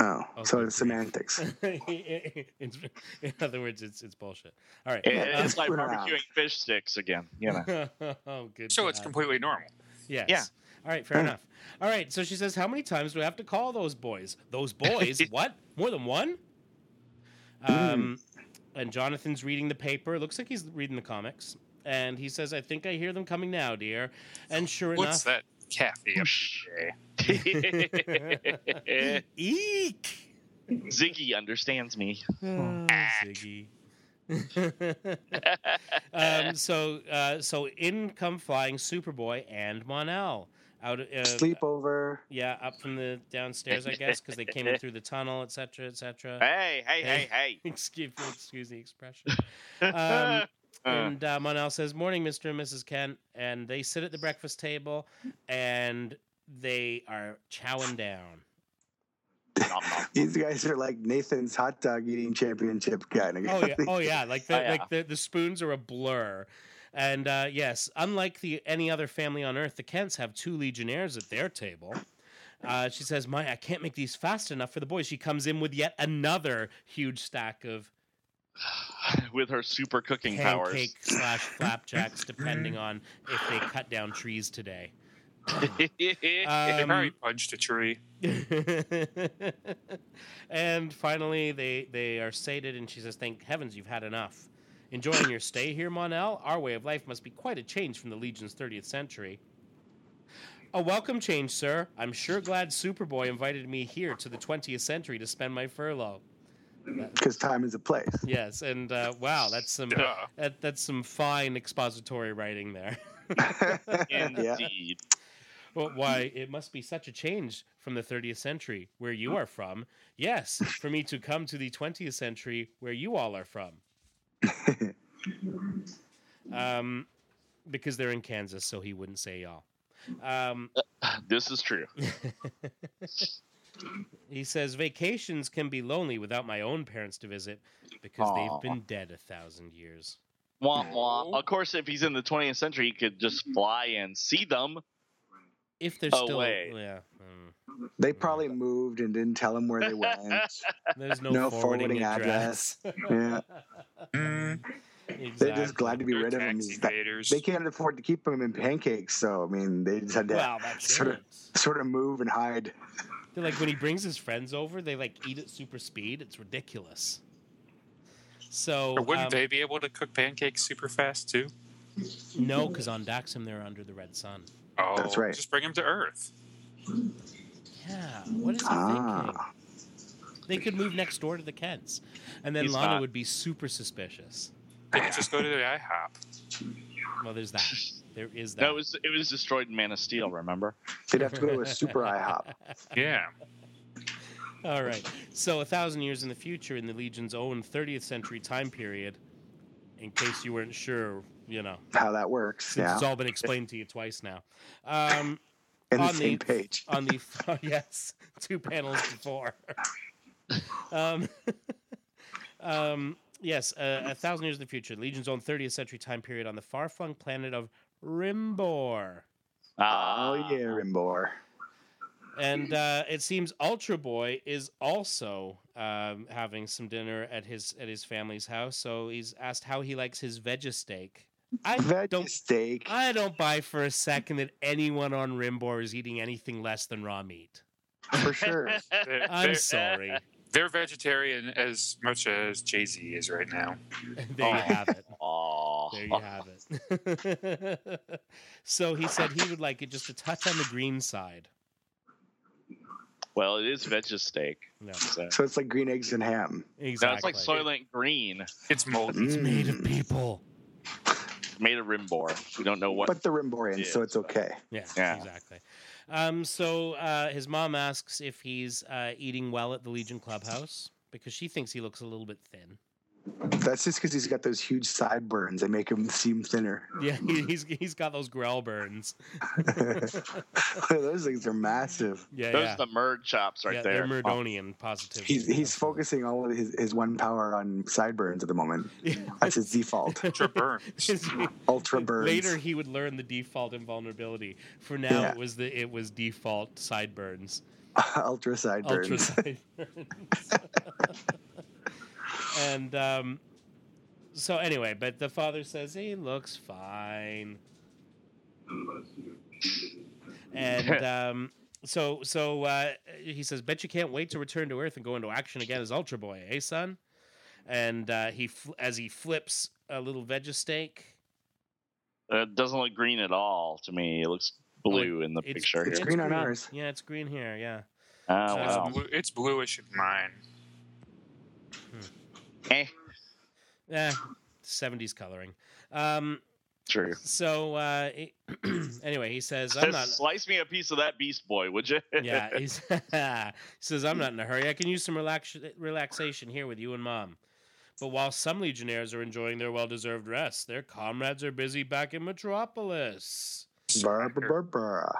[SPEAKER 4] Oh,
[SPEAKER 1] Oh,
[SPEAKER 4] so
[SPEAKER 1] good
[SPEAKER 4] it's
[SPEAKER 1] grief.
[SPEAKER 4] semantics.
[SPEAKER 1] It's- in other words, it's it's bullshit. All right.
[SPEAKER 2] It-
[SPEAKER 4] Yeah, uh,
[SPEAKER 2] it's like
[SPEAKER 4] we're not.
[SPEAKER 2] barbecuing fish sticks again. You know.
[SPEAKER 1] oh, good.
[SPEAKER 3] so it's
[SPEAKER 1] God.
[SPEAKER 3] completely normal.
[SPEAKER 1] Yes.
[SPEAKER 2] Yeah.
[SPEAKER 1] All right, fair
[SPEAKER 4] Yeah.
[SPEAKER 1] enough. All right, so she says, How many times do I have to call those boys? Those boys? what? More than one? Um, And Jonathan's reading the paper. Looks like he's reading the comics. And he says, I think I hear them coming now, dear. And sure
[SPEAKER 3] What's
[SPEAKER 1] enough.
[SPEAKER 3] that Kathy up today?
[SPEAKER 1] Eek!
[SPEAKER 2] Ziggy understands me.
[SPEAKER 1] Oh, Ziggy. um, so, uh, so in come flying Superboy and Monel out of uh,
[SPEAKER 4] Sleepover.
[SPEAKER 1] Yeah, up from the downstairs, I guess, because they came in through the tunnel, etc., etc.
[SPEAKER 2] Hey, hey, hey, hey.
[SPEAKER 1] Excuse, excuse the expression. Um, and uh, Monel says, "Morning, Mister and Mrs. Kent," and they sit at the breakfast table, and they are chowing down.
[SPEAKER 2] Nom, nom.
[SPEAKER 4] These guys are like Nathan's hot dog eating championship guy.
[SPEAKER 1] Oh yeah, oh yeah, like the,
[SPEAKER 2] Oh, yeah.
[SPEAKER 1] like the, the spoons are a blur. And uh, yes, unlike the any other family on Earth, the Kents have two Legionnaires at their table. Uh, she says, "My, I can't make these fast enough for the boys." She comes in with yet another huge stack of
[SPEAKER 2] With her super cooking powers.
[SPEAKER 1] pancake slash flapjacks, depending on if they cut down trees today.
[SPEAKER 3] they probably
[SPEAKER 1] Um,
[SPEAKER 3] punched a tree.
[SPEAKER 1] and finally, they they are sated, and she says, "Thank heavens you've had enough. Enjoying your stay here, Monel. Our way of life must be quite a change from the Legion's 30th century." A welcome change, sir. I'm sure glad Superboy invited me here to the 20th century to spend my furlough.
[SPEAKER 4] Because time is a place.
[SPEAKER 1] Yes, and uh, wow, that's some
[SPEAKER 3] Duh.
[SPEAKER 1] that, that's some fine expository writing there.
[SPEAKER 2] Indeed.
[SPEAKER 1] Well, why it must be such a change from the 30th century where you are from. Yes, for me to come to the 20th century where you all are from. um, because they're in Kansas, so he wouldn't say y'all. Um,
[SPEAKER 2] This is true.
[SPEAKER 1] he says vacations can be lonely without my own parents to visit because
[SPEAKER 2] Aw.
[SPEAKER 1] they've been dead a thousand years.
[SPEAKER 2] Womp womp.
[SPEAKER 3] No.
[SPEAKER 2] Of course, if he's in the 20th century, he could just fly and see them.
[SPEAKER 1] If they're
[SPEAKER 2] Oh,
[SPEAKER 1] still,
[SPEAKER 2] wait.
[SPEAKER 1] yeah, mm.
[SPEAKER 4] They probably moved and didn't tell him where they went.
[SPEAKER 1] there's no,
[SPEAKER 4] No
[SPEAKER 1] forwarding,
[SPEAKER 4] forwarding
[SPEAKER 1] address.
[SPEAKER 4] Yeah.
[SPEAKER 3] Mm,
[SPEAKER 1] exactly.
[SPEAKER 4] They're just glad to be
[SPEAKER 3] they're
[SPEAKER 4] rid of him.
[SPEAKER 3] tax evaders.
[SPEAKER 4] They can't afford to keep him in pancakes, so I mean, they just had to
[SPEAKER 1] Well, that's
[SPEAKER 4] Sort
[SPEAKER 1] it.
[SPEAKER 4] of- sort of move and hide.
[SPEAKER 1] They're like when he brings his friends over, they like eat at super speed. It's ridiculous. So
[SPEAKER 3] Or wouldn't
[SPEAKER 1] um,
[SPEAKER 3] they be able to cook pancakes super fast too?
[SPEAKER 1] no, because on Daxam they're under the red sun.
[SPEAKER 3] Oh,
[SPEAKER 4] That's right.
[SPEAKER 3] Just bring them to Earth.
[SPEAKER 1] Yeah, what is he
[SPEAKER 4] Ah.
[SPEAKER 1] thinking? They could move next door to the Kents, and then
[SPEAKER 2] He's
[SPEAKER 1] Lana
[SPEAKER 2] not.
[SPEAKER 1] would be super suspicious.
[SPEAKER 3] They could just go to the IHOP.
[SPEAKER 1] Well, there's that. There is that.
[SPEAKER 2] No, it was it was destroyed in Man of Steel. Remember?
[SPEAKER 4] They'd have to go to a super IHOP.
[SPEAKER 3] Yeah.
[SPEAKER 1] All right. So a thousand years in the future, in the Legion's own 30th century time period, in case you weren't sure, you know,
[SPEAKER 4] How that works,
[SPEAKER 1] since
[SPEAKER 4] yeah.
[SPEAKER 1] it's all been explained to you twice now. Um,
[SPEAKER 4] In the
[SPEAKER 1] on
[SPEAKER 4] same
[SPEAKER 1] the-
[SPEAKER 4] page.
[SPEAKER 1] on the Oh, yes, two panels before. um, um, yes, uh, a thousand years in the future, Legion's own 30th century time period on the far-flung planet of Rimbor.
[SPEAKER 4] Oh
[SPEAKER 2] Ah.
[SPEAKER 4] yeah,
[SPEAKER 1] Ah.
[SPEAKER 4] Rimbor.
[SPEAKER 1] And uh, it seems Ultra Boy is also um, having some dinner at his at his family's house. So he's asked how he likes his veggie steak. I
[SPEAKER 4] Veggie
[SPEAKER 1] don't.
[SPEAKER 4] steak.
[SPEAKER 1] I don't buy for a second that anyone on Rimbor is eating anything less than raw meat.
[SPEAKER 4] For sure.
[SPEAKER 3] They're,
[SPEAKER 1] I'm
[SPEAKER 3] they're-
[SPEAKER 1] sorry.
[SPEAKER 3] they're vegetarian as much as Jay Z is right now.
[SPEAKER 1] there you have it.
[SPEAKER 2] Aw.
[SPEAKER 1] There you have it. so he said he would like it just a touch on the green side.
[SPEAKER 2] Well, it is veggie steak.
[SPEAKER 1] No,
[SPEAKER 2] So.
[SPEAKER 4] So it's like green eggs and ham.
[SPEAKER 1] exactly.
[SPEAKER 2] No, it's like Soylent Green
[SPEAKER 3] It's moldy.
[SPEAKER 1] It's made of
[SPEAKER 4] Mm.
[SPEAKER 1] people.
[SPEAKER 2] made of Rimbor. We don't know what.
[SPEAKER 4] But the Rimborian, so
[SPEAKER 2] Yeah,
[SPEAKER 4] it's okay.
[SPEAKER 1] Yeah,
[SPEAKER 2] Yeah.
[SPEAKER 1] exactly. Um, so uh, his mom asks if he's uh, eating well at the Legion Clubhouse because she thinks he looks a little bit thin.
[SPEAKER 4] That's just because he's got those huge sideburns. They make him seem thinner.
[SPEAKER 1] Yeah, he- he's he's got those growl burns.
[SPEAKER 4] those things are massive.
[SPEAKER 1] Yeah,
[SPEAKER 2] Those
[SPEAKER 1] yeah.
[SPEAKER 2] are the Murd chops right
[SPEAKER 1] yeah,
[SPEAKER 2] there.
[SPEAKER 1] They're Merdonian positively.
[SPEAKER 4] He's, he's
[SPEAKER 1] Absolutely.
[SPEAKER 4] focusing all of his, his one power on sideburns at the moment. That's his default.
[SPEAKER 3] Ultra burns.
[SPEAKER 4] Ultra burns.
[SPEAKER 1] Later, he would learn the default invulnerability. For now,
[SPEAKER 4] Yeah.
[SPEAKER 1] it was the it was default sideburns,
[SPEAKER 4] Ultra sideburns.
[SPEAKER 1] ultra sideburns. and um, so, anyway, but the father says he looks fine, and um, so so uh, he says, "Bet you can't wait to return to Earth and go into action again as Ultra Boy, eh, son?" And uh, he fl- as he flips a little veggie steak.
[SPEAKER 2] Uh, It doesn't look green at all to me. It looks blue in the picture.
[SPEAKER 4] It's
[SPEAKER 2] here.
[SPEAKER 4] green on ours.
[SPEAKER 1] Yeah, it's green here. Yeah.
[SPEAKER 2] Oh,
[SPEAKER 1] it's
[SPEAKER 2] wow.
[SPEAKER 3] It's, blue, it's bluish in mine.
[SPEAKER 2] Eh,
[SPEAKER 1] Eh, 70s coloring. Um,
[SPEAKER 2] true.
[SPEAKER 1] so uh, he- anyway, he says, I'm
[SPEAKER 2] Says,
[SPEAKER 1] not.
[SPEAKER 2] Slice me a piece of that Beast Boy, would you?
[SPEAKER 1] Yeah, he's, he says, I'm not in a hurry. I can use some relax- relaxation here with you and mom. But while some Legionnaires are enjoying their well deserved rest, their comrades are busy back in Metropolis.
[SPEAKER 4] Burr, burr, burr, burr.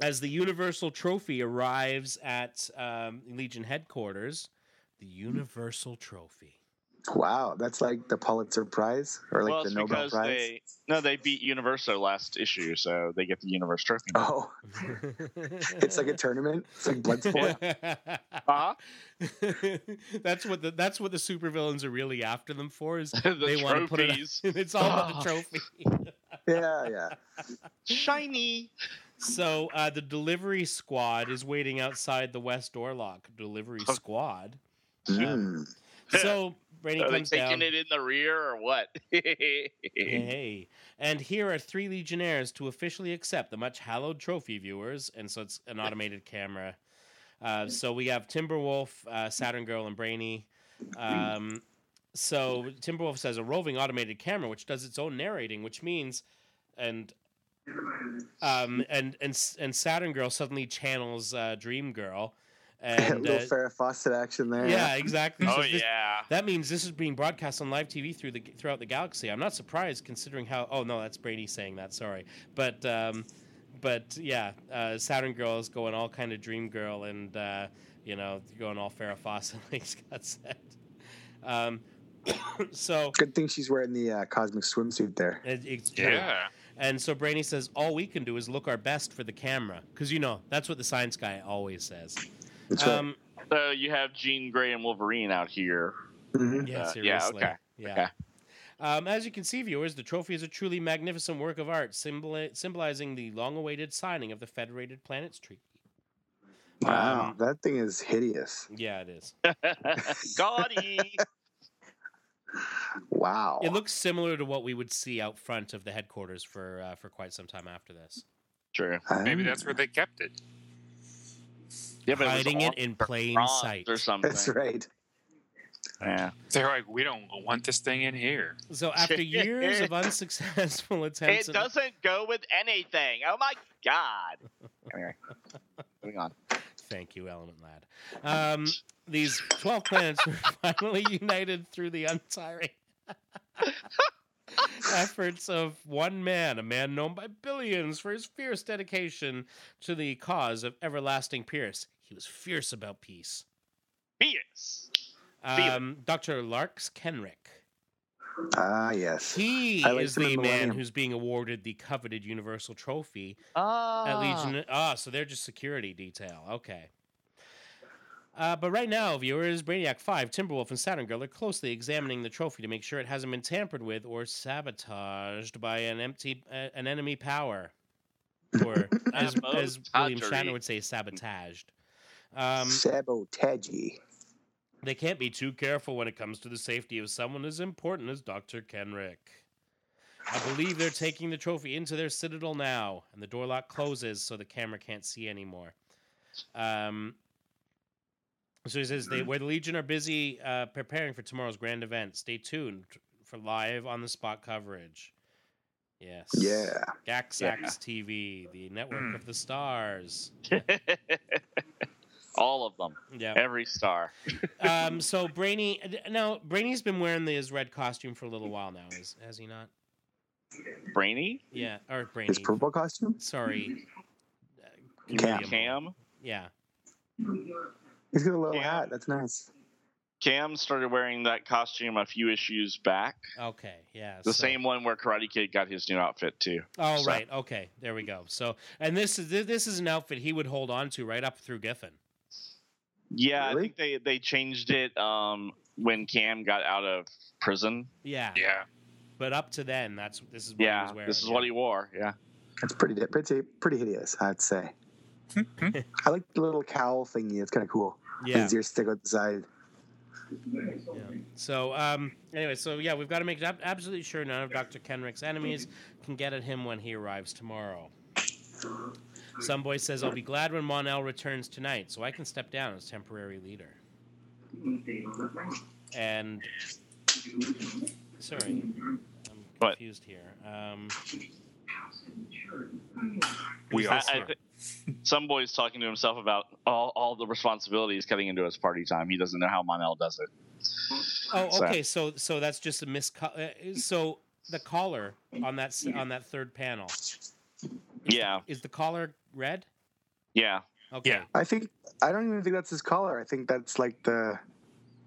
[SPEAKER 1] As the Universal Trophy arrives at um, Legion headquarters, the Universal Trophy.
[SPEAKER 4] Wow, that's like the Pulitzer Prize or like
[SPEAKER 2] well,
[SPEAKER 4] the
[SPEAKER 2] it's
[SPEAKER 4] Nobel
[SPEAKER 2] because
[SPEAKER 4] Prize.
[SPEAKER 2] they no, they beat Universo last issue, so they get the Universe Trophy. now.
[SPEAKER 4] Oh, it's like a tournament. It's like Bloodsport.
[SPEAKER 2] Uh-huh.
[SPEAKER 1] that's what the that's what the supervillains are really after them for is
[SPEAKER 2] the
[SPEAKER 1] they want to put it
[SPEAKER 2] trophies,
[SPEAKER 1] it's all about the trophy
[SPEAKER 4] yeah, yeah.
[SPEAKER 2] shiny.
[SPEAKER 1] so uh, the delivery squad is waiting outside the west door lock delivery squad
[SPEAKER 4] Mm.
[SPEAKER 1] so Brady
[SPEAKER 2] Are they
[SPEAKER 1] comes
[SPEAKER 2] taking
[SPEAKER 1] down
[SPEAKER 2] it in the rear or what?
[SPEAKER 1] hey and here are three legionnaires to officially accept the much hallowed trophy viewers and so it's an automated camera uh, so we have timberwolf uh, saturn girl and brainy um, so timberwolf says a roving automated camera which does its own narrating which means and Um, and and and Saturn Girl suddenly channels uh, Dream Girl, and
[SPEAKER 4] little
[SPEAKER 1] uh,
[SPEAKER 4] Farrah Fawcett action there.
[SPEAKER 1] yeah, exactly. So
[SPEAKER 3] Oh
[SPEAKER 1] this-
[SPEAKER 3] yeah.
[SPEAKER 1] That means this is being broadcast on live TV through the throughout the galaxy. I'm not surprised considering how. Oh no, that's Brady saying that. Sorry, but um, but yeah, uh, Saturn Girl is going all kind of Dream Girl, and uh, you know going all Farrah Fawcett, like Scott said. Um, so
[SPEAKER 4] Good thing she's wearing the uh, cosmic swimsuit there.
[SPEAKER 1] it, it's true.
[SPEAKER 3] Yeah.
[SPEAKER 1] And so Brainy says, all we can do is look our best for the camera, because you know that's what the science guy always says.
[SPEAKER 4] That's right.
[SPEAKER 1] Um,
[SPEAKER 2] So you have Jean Grey and Wolverine out here.
[SPEAKER 4] Mhm.
[SPEAKER 1] Yeah,
[SPEAKER 2] Uh, yeah,
[SPEAKER 1] seriously.
[SPEAKER 2] okay,
[SPEAKER 1] Yeah.
[SPEAKER 2] okay.
[SPEAKER 1] Um, as you can see, viewers, the trophy is a truly magnificent work of art, symboli- symbolizing the long-awaited signing of the Federated Planets Treaty.
[SPEAKER 4] Wow,
[SPEAKER 1] Um,
[SPEAKER 4] that thing is hideous.
[SPEAKER 1] Yeah, it is.
[SPEAKER 2] Gaudy.
[SPEAKER 4] Wow.
[SPEAKER 1] It looks similar to what we would see out front of the headquarters for uh, for quite some time after this,
[SPEAKER 2] True.
[SPEAKER 4] Ah.
[SPEAKER 3] Maybe that's where they kept it.
[SPEAKER 2] Yeah, but was
[SPEAKER 1] hiding
[SPEAKER 2] on
[SPEAKER 1] it in plain
[SPEAKER 2] bronze
[SPEAKER 1] sight.
[SPEAKER 2] or something.
[SPEAKER 4] That's right.
[SPEAKER 2] Yeah.
[SPEAKER 3] They're like, we don't want this thing in here.
[SPEAKER 1] So after years of unsuccessful attempts,
[SPEAKER 2] It
[SPEAKER 1] at-
[SPEAKER 2] doesn't go with anything. Oh my god. Anyway, moving on.
[SPEAKER 1] Thank you, Element Lad. Um, these 12 planets were finally united through the untiring efforts of one man, a man known by billions for his fierce dedication to the cause of everlasting peace. He was fierce about peace.
[SPEAKER 2] Beers.
[SPEAKER 1] Um, Dr. Larks Kenrick.
[SPEAKER 4] Ah, yes.
[SPEAKER 1] He
[SPEAKER 4] I like
[SPEAKER 1] is
[SPEAKER 4] him in
[SPEAKER 1] the man
[SPEAKER 4] Millennium.
[SPEAKER 1] who's being awarded the coveted Universal Trophy
[SPEAKER 2] Ah.
[SPEAKER 1] at Legion. Ah, so they're just security detail. Okay. Uh, but right now, viewers, Brainiac 5, Timberwolf, and Saturn Girl are closely examining the trophy to make sure it hasn't been tampered with or sabotaged by an empty, uh, an enemy power, or as, as William Shatner would say, sabotaged. Um,
[SPEAKER 4] Sabotage.
[SPEAKER 1] they can't be too careful when it comes to the safety of someone as important as Dr. Kenrick. I believe they're taking the trophy into their citadel now, and the door lock closes so the camera can't see anymore. Um, so he says, they, where the Legion are busy uh, preparing for tomorrow's grand event, stay tuned for live on the spot coverage. Yes.
[SPEAKER 4] Yeah.
[SPEAKER 1] Gaxax
[SPEAKER 2] Yeah.
[SPEAKER 1] TV, the network
[SPEAKER 3] Hmm.
[SPEAKER 1] of the stars.
[SPEAKER 2] All of them.
[SPEAKER 1] Yeah.
[SPEAKER 2] Every star.
[SPEAKER 1] um, so Brainy now Brainy's been wearing the, his red costume for a little while now, is has he not?
[SPEAKER 2] Brainy.
[SPEAKER 1] Yeah, or Brainy.
[SPEAKER 4] His purple costume?
[SPEAKER 1] Sorry, Uh,
[SPEAKER 4] Cam.
[SPEAKER 1] comedian.
[SPEAKER 2] Cam.
[SPEAKER 1] Yeah,
[SPEAKER 4] He's got a little
[SPEAKER 2] Yeah.
[SPEAKER 4] hat. That's nice.
[SPEAKER 2] Cam started wearing that costume a few issues back.
[SPEAKER 1] okay, yeah.
[SPEAKER 2] The
[SPEAKER 1] so-
[SPEAKER 2] same one where Karate Kid got his new outfit too.
[SPEAKER 1] Oh
[SPEAKER 2] so-
[SPEAKER 1] right, okay, there we go. So, and this is this is an outfit he would hold on to right up through Giffen.
[SPEAKER 4] Really?
[SPEAKER 2] Yeah, I think they they changed it um, when Cam got out of prison.
[SPEAKER 1] Yeah,
[SPEAKER 3] Yeah.
[SPEAKER 1] but up to then, that's this is what he
[SPEAKER 2] Yeah,
[SPEAKER 1] was wearing.
[SPEAKER 2] this is
[SPEAKER 1] yeah.
[SPEAKER 2] what he wore. Yeah.
[SPEAKER 4] That's pretty, di- pretty, pretty hideous, I'd say.
[SPEAKER 3] Mhm.
[SPEAKER 4] I like the little cowl thingy. It's kind of cool.
[SPEAKER 1] Yeah.
[SPEAKER 4] His ears stick out the side.
[SPEAKER 1] Yeah. So um, anyway, so yeah, we've got to make ab- absolutely sure none of Dr. Kenrick's enemies can get at him when he arrives tomorrow. Some boy says, "I'll be glad when Monel returns tonight, so I can step down as temporary leader." And sorry, I'm
[SPEAKER 2] What?
[SPEAKER 1] confused here. Um,
[SPEAKER 3] We
[SPEAKER 2] I,
[SPEAKER 3] also.
[SPEAKER 2] I thi- some boy's talking to himself about all, all the responsibilities cutting into his party time. He doesn't know how Monel does it.
[SPEAKER 1] oh,
[SPEAKER 2] So-
[SPEAKER 1] okay. So so that's just a miscall. Uh, so the collar on that s- on that third panel
[SPEAKER 2] Yeah,
[SPEAKER 1] is the collar red?
[SPEAKER 2] yeah.
[SPEAKER 1] Okay.
[SPEAKER 3] Yeah.
[SPEAKER 4] I think, I don't even think that's his collar. I think that's like the,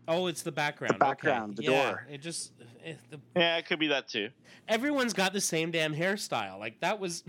[SPEAKER 1] Oh, it's the background.
[SPEAKER 4] background,
[SPEAKER 1] okay.
[SPEAKER 4] the
[SPEAKER 1] yeah,
[SPEAKER 4] door.
[SPEAKER 1] It just eh, the,
[SPEAKER 2] Yeah, it could be that too.
[SPEAKER 1] everyone's got the same damn hairstyle. Like that was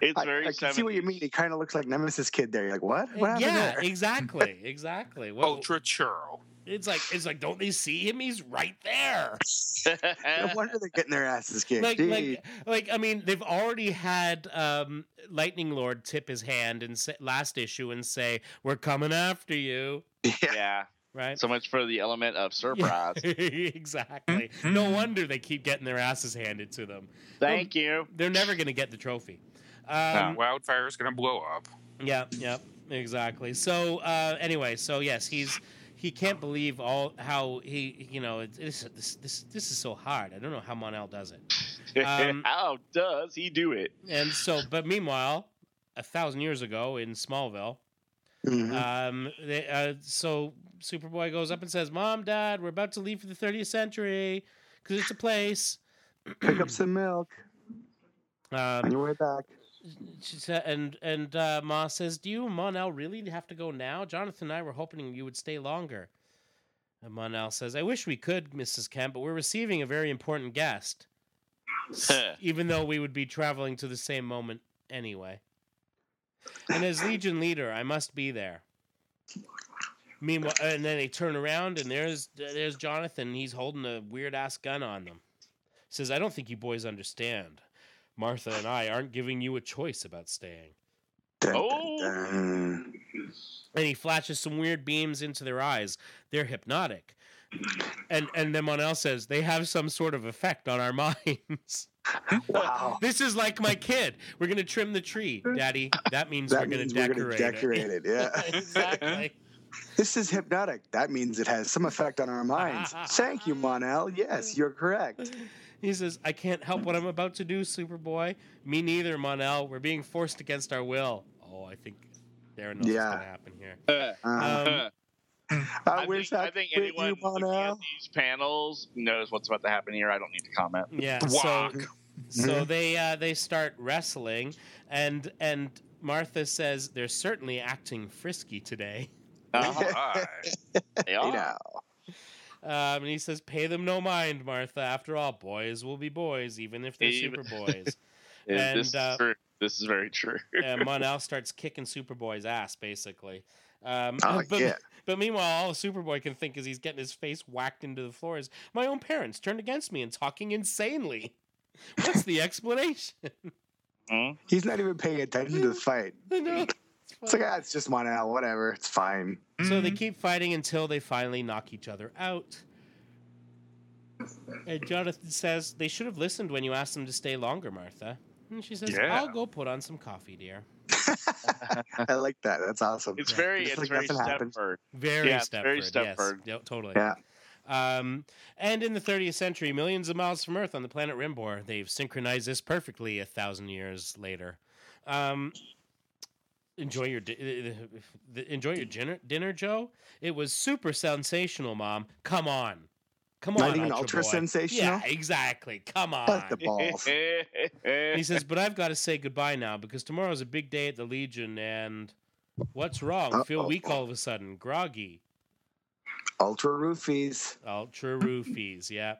[SPEAKER 2] It's
[SPEAKER 4] I,
[SPEAKER 2] very
[SPEAKER 4] I can see what you
[SPEAKER 2] 70s.
[SPEAKER 4] mean. He kind of looks like Nemesis Kid there. You're like, what? What happened
[SPEAKER 1] yeah,
[SPEAKER 4] there?
[SPEAKER 1] exactly, exactly. What,
[SPEAKER 3] Ultra churl.
[SPEAKER 1] It's like it's like don't they see him? He's right there.
[SPEAKER 4] No wonder they're getting their asses kicked.
[SPEAKER 1] Like uh,
[SPEAKER 4] Gee.
[SPEAKER 1] like like I mean, they've already had um, Lightning Lord tip his hand in sa- last issue and say we're coming after you,
[SPEAKER 4] yeah.
[SPEAKER 2] yeah,
[SPEAKER 1] right?
[SPEAKER 2] so much for the element of
[SPEAKER 1] Yeah.
[SPEAKER 2] surprise.
[SPEAKER 1] exactly. No wonder they keep getting their asses handed to them.
[SPEAKER 2] Thank you.
[SPEAKER 1] They're never going to get the trophy. Um,
[SPEAKER 3] Wildfire's wildfire is gonna blow up.
[SPEAKER 1] Yeah, yeah, exactly. So uh, anyway, so yes, he's he can't believe all how he you know it, it's, this this this is so hard. I don't know how Monel does it. Um,
[SPEAKER 2] How does he do it?
[SPEAKER 1] and so, but meanwhile, a thousand years ago in Smallville,
[SPEAKER 5] Mhm.
[SPEAKER 4] Mm-hmm.
[SPEAKER 1] um, they, uh, so Superboy goes up and says, "Mom, Dad, we're about to leave for the 30th century because it's a place."
[SPEAKER 5] Pick up some milk on
[SPEAKER 1] Um,
[SPEAKER 5] your way back.
[SPEAKER 1] she said, and and uh, Ma says, "Do you, Monel, really have to go now? Jonathan and I were hoping you would stay longer." And Monel says, "I wish we could, Mrs. Kent, but we're receiving a very important guest, S- even though we would be traveling to the same moment anyway. And as Legion leader, I must be there." Meanwhile, and then they turn around, and there's there's Jonathan. and He's holding a weird ass gun on them. Says, "I don't think you boys understand." Martha and I aren't giving you a choice about staying.
[SPEAKER 5] Dun, dun,
[SPEAKER 2] Oh.
[SPEAKER 5] dun.
[SPEAKER 1] And he flashes some weird beams into their eyes. They're hypnotic. And and then Monel says they have some sort of effect on our minds.
[SPEAKER 5] Wow.
[SPEAKER 1] this is like my kid. We're gonna trim the tree, Daddy. That means
[SPEAKER 5] That
[SPEAKER 1] we're gonna
[SPEAKER 5] means
[SPEAKER 1] decorate,
[SPEAKER 5] we're going to decorate it.
[SPEAKER 1] it.
[SPEAKER 5] Yeah.
[SPEAKER 1] exactly.
[SPEAKER 5] this is hypnotic. That means it has some effect on our minds. Thank you, Monel. Yes, you're correct.
[SPEAKER 1] He says, I can't help what I'm about to do, Superboy. Me neither, Monel. We're being forced against our will. Oh, I think Darren knows
[SPEAKER 5] Yeah.
[SPEAKER 1] what's gonna happen here.
[SPEAKER 5] Uh,
[SPEAKER 1] Um,
[SPEAKER 5] I, wish
[SPEAKER 2] think,
[SPEAKER 5] I,
[SPEAKER 2] I think
[SPEAKER 5] could
[SPEAKER 2] anyone
[SPEAKER 5] you,
[SPEAKER 2] looking at
[SPEAKER 5] Monel.
[SPEAKER 2] these panels knows what's about to happen here. I don't need to comment.
[SPEAKER 1] Yeah.
[SPEAKER 3] Walk.
[SPEAKER 1] So,
[SPEAKER 5] Mm-hmm.
[SPEAKER 1] so they uh, they start wrestling, and and Martha says they're certainly acting frisky today.
[SPEAKER 2] Uh-huh.
[SPEAKER 3] Why?
[SPEAKER 2] they
[SPEAKER 5] You
[SPEAKER 2] are.
[SPEAKER 5] know.
[SPEAKER 1] Um, and he says, "Pay them no mind, Martha. After all, boys will be boys, even if they're
[SPEAKER 2] Even-
[SPEAKER 1] super boys."
[SPEAKER 2] Is-
[SPEAKER 1] And,
[SPEAKER 2] this
[SPEAKER 1] uh,
[SPEAKER 2] is true. This is very true.
[SPEAKER 1] and Monel starts kicking Superboy's ass, basically. Um,
[SPEAKER 5] Oh,
[SPEAKER 1] but,
[SPEAKER 5] yeah.
[SPEAKER 1] but meanwhile, all Superboy can think as he's getting his face whacked into the floor is, "My own parents turned against me and talking insanely." What's the explanation?
[SPEAKER 2] Hmm?
[SPEAKER 5] He's not even paying attention to the fight.
[SPEAKER 1] I know.
[SPEAKER 5] It's like, ah, it's just Monel. Whatever. It's fine.
[SPEAKER 1] So they
[SPEAKER 3] Mhm.
[SPEAKER 1] keep fighting until they finally knock each other out. And Jonathan says, They should have listened when you asked them to stay longer, Martha. And she says,
[SPEAKER 3] Yeah.
[SPEAKER 1] I'll go put on some coffee, dear.
[SPEAKER 5] I like that. That's awesome.
[SPEAKER 2] It's very,
[SPEAKER 5] Just
[SPEAKER 2] it's
[SPEAKER 5] like
[SPEAKER 2] very
[SPEAKER 5] nothing happened.
[SPEAKER 2] Stepford.
[SPEAKER 1] Very
[SPEAKER 2] Yeah, it's
[SPEAKER 1] Stepford.
[SPEAKER 2] very
[SPEAKER 1] Yes.
[SPEAKER 2] Stepford.
[SPEAKER 1] Yeah, totally.
[SPEAKER 5] Yeah.
[SPEAKER 1] Um, and in the 30th century, millions of miles from Earth on the planet Rimbor, they've synchronized this perfectly a thousand years later. Um, enjoy your di- uh, enjoy your dinner, dinner, Joe. It was super sensational, Mom. Come on, come on,
[SPEAKER 5] Not even
[SPEAKER 1] Ultra,
[SPEAKER 5] ultra
[SPEAKER 1] Boy.
[SPEAKER 5] sensational?
[SPEAKER 1] Yeah, exactly. Come on.
[SPEAKER 5] But the balls.
[SPEAKER 1] And he says, but I've got to say goodbye now because tomorrow's a big day at the Legion, and what's wrong? Feel
[SPEAKER 5] Uh-oh.
[SPEAKER 1] weak all of a sudden, groggy.
[SPEAKER 5] Ultra roofies.
[SPEAKER 1] Ultra Oh, roofies. Yeah,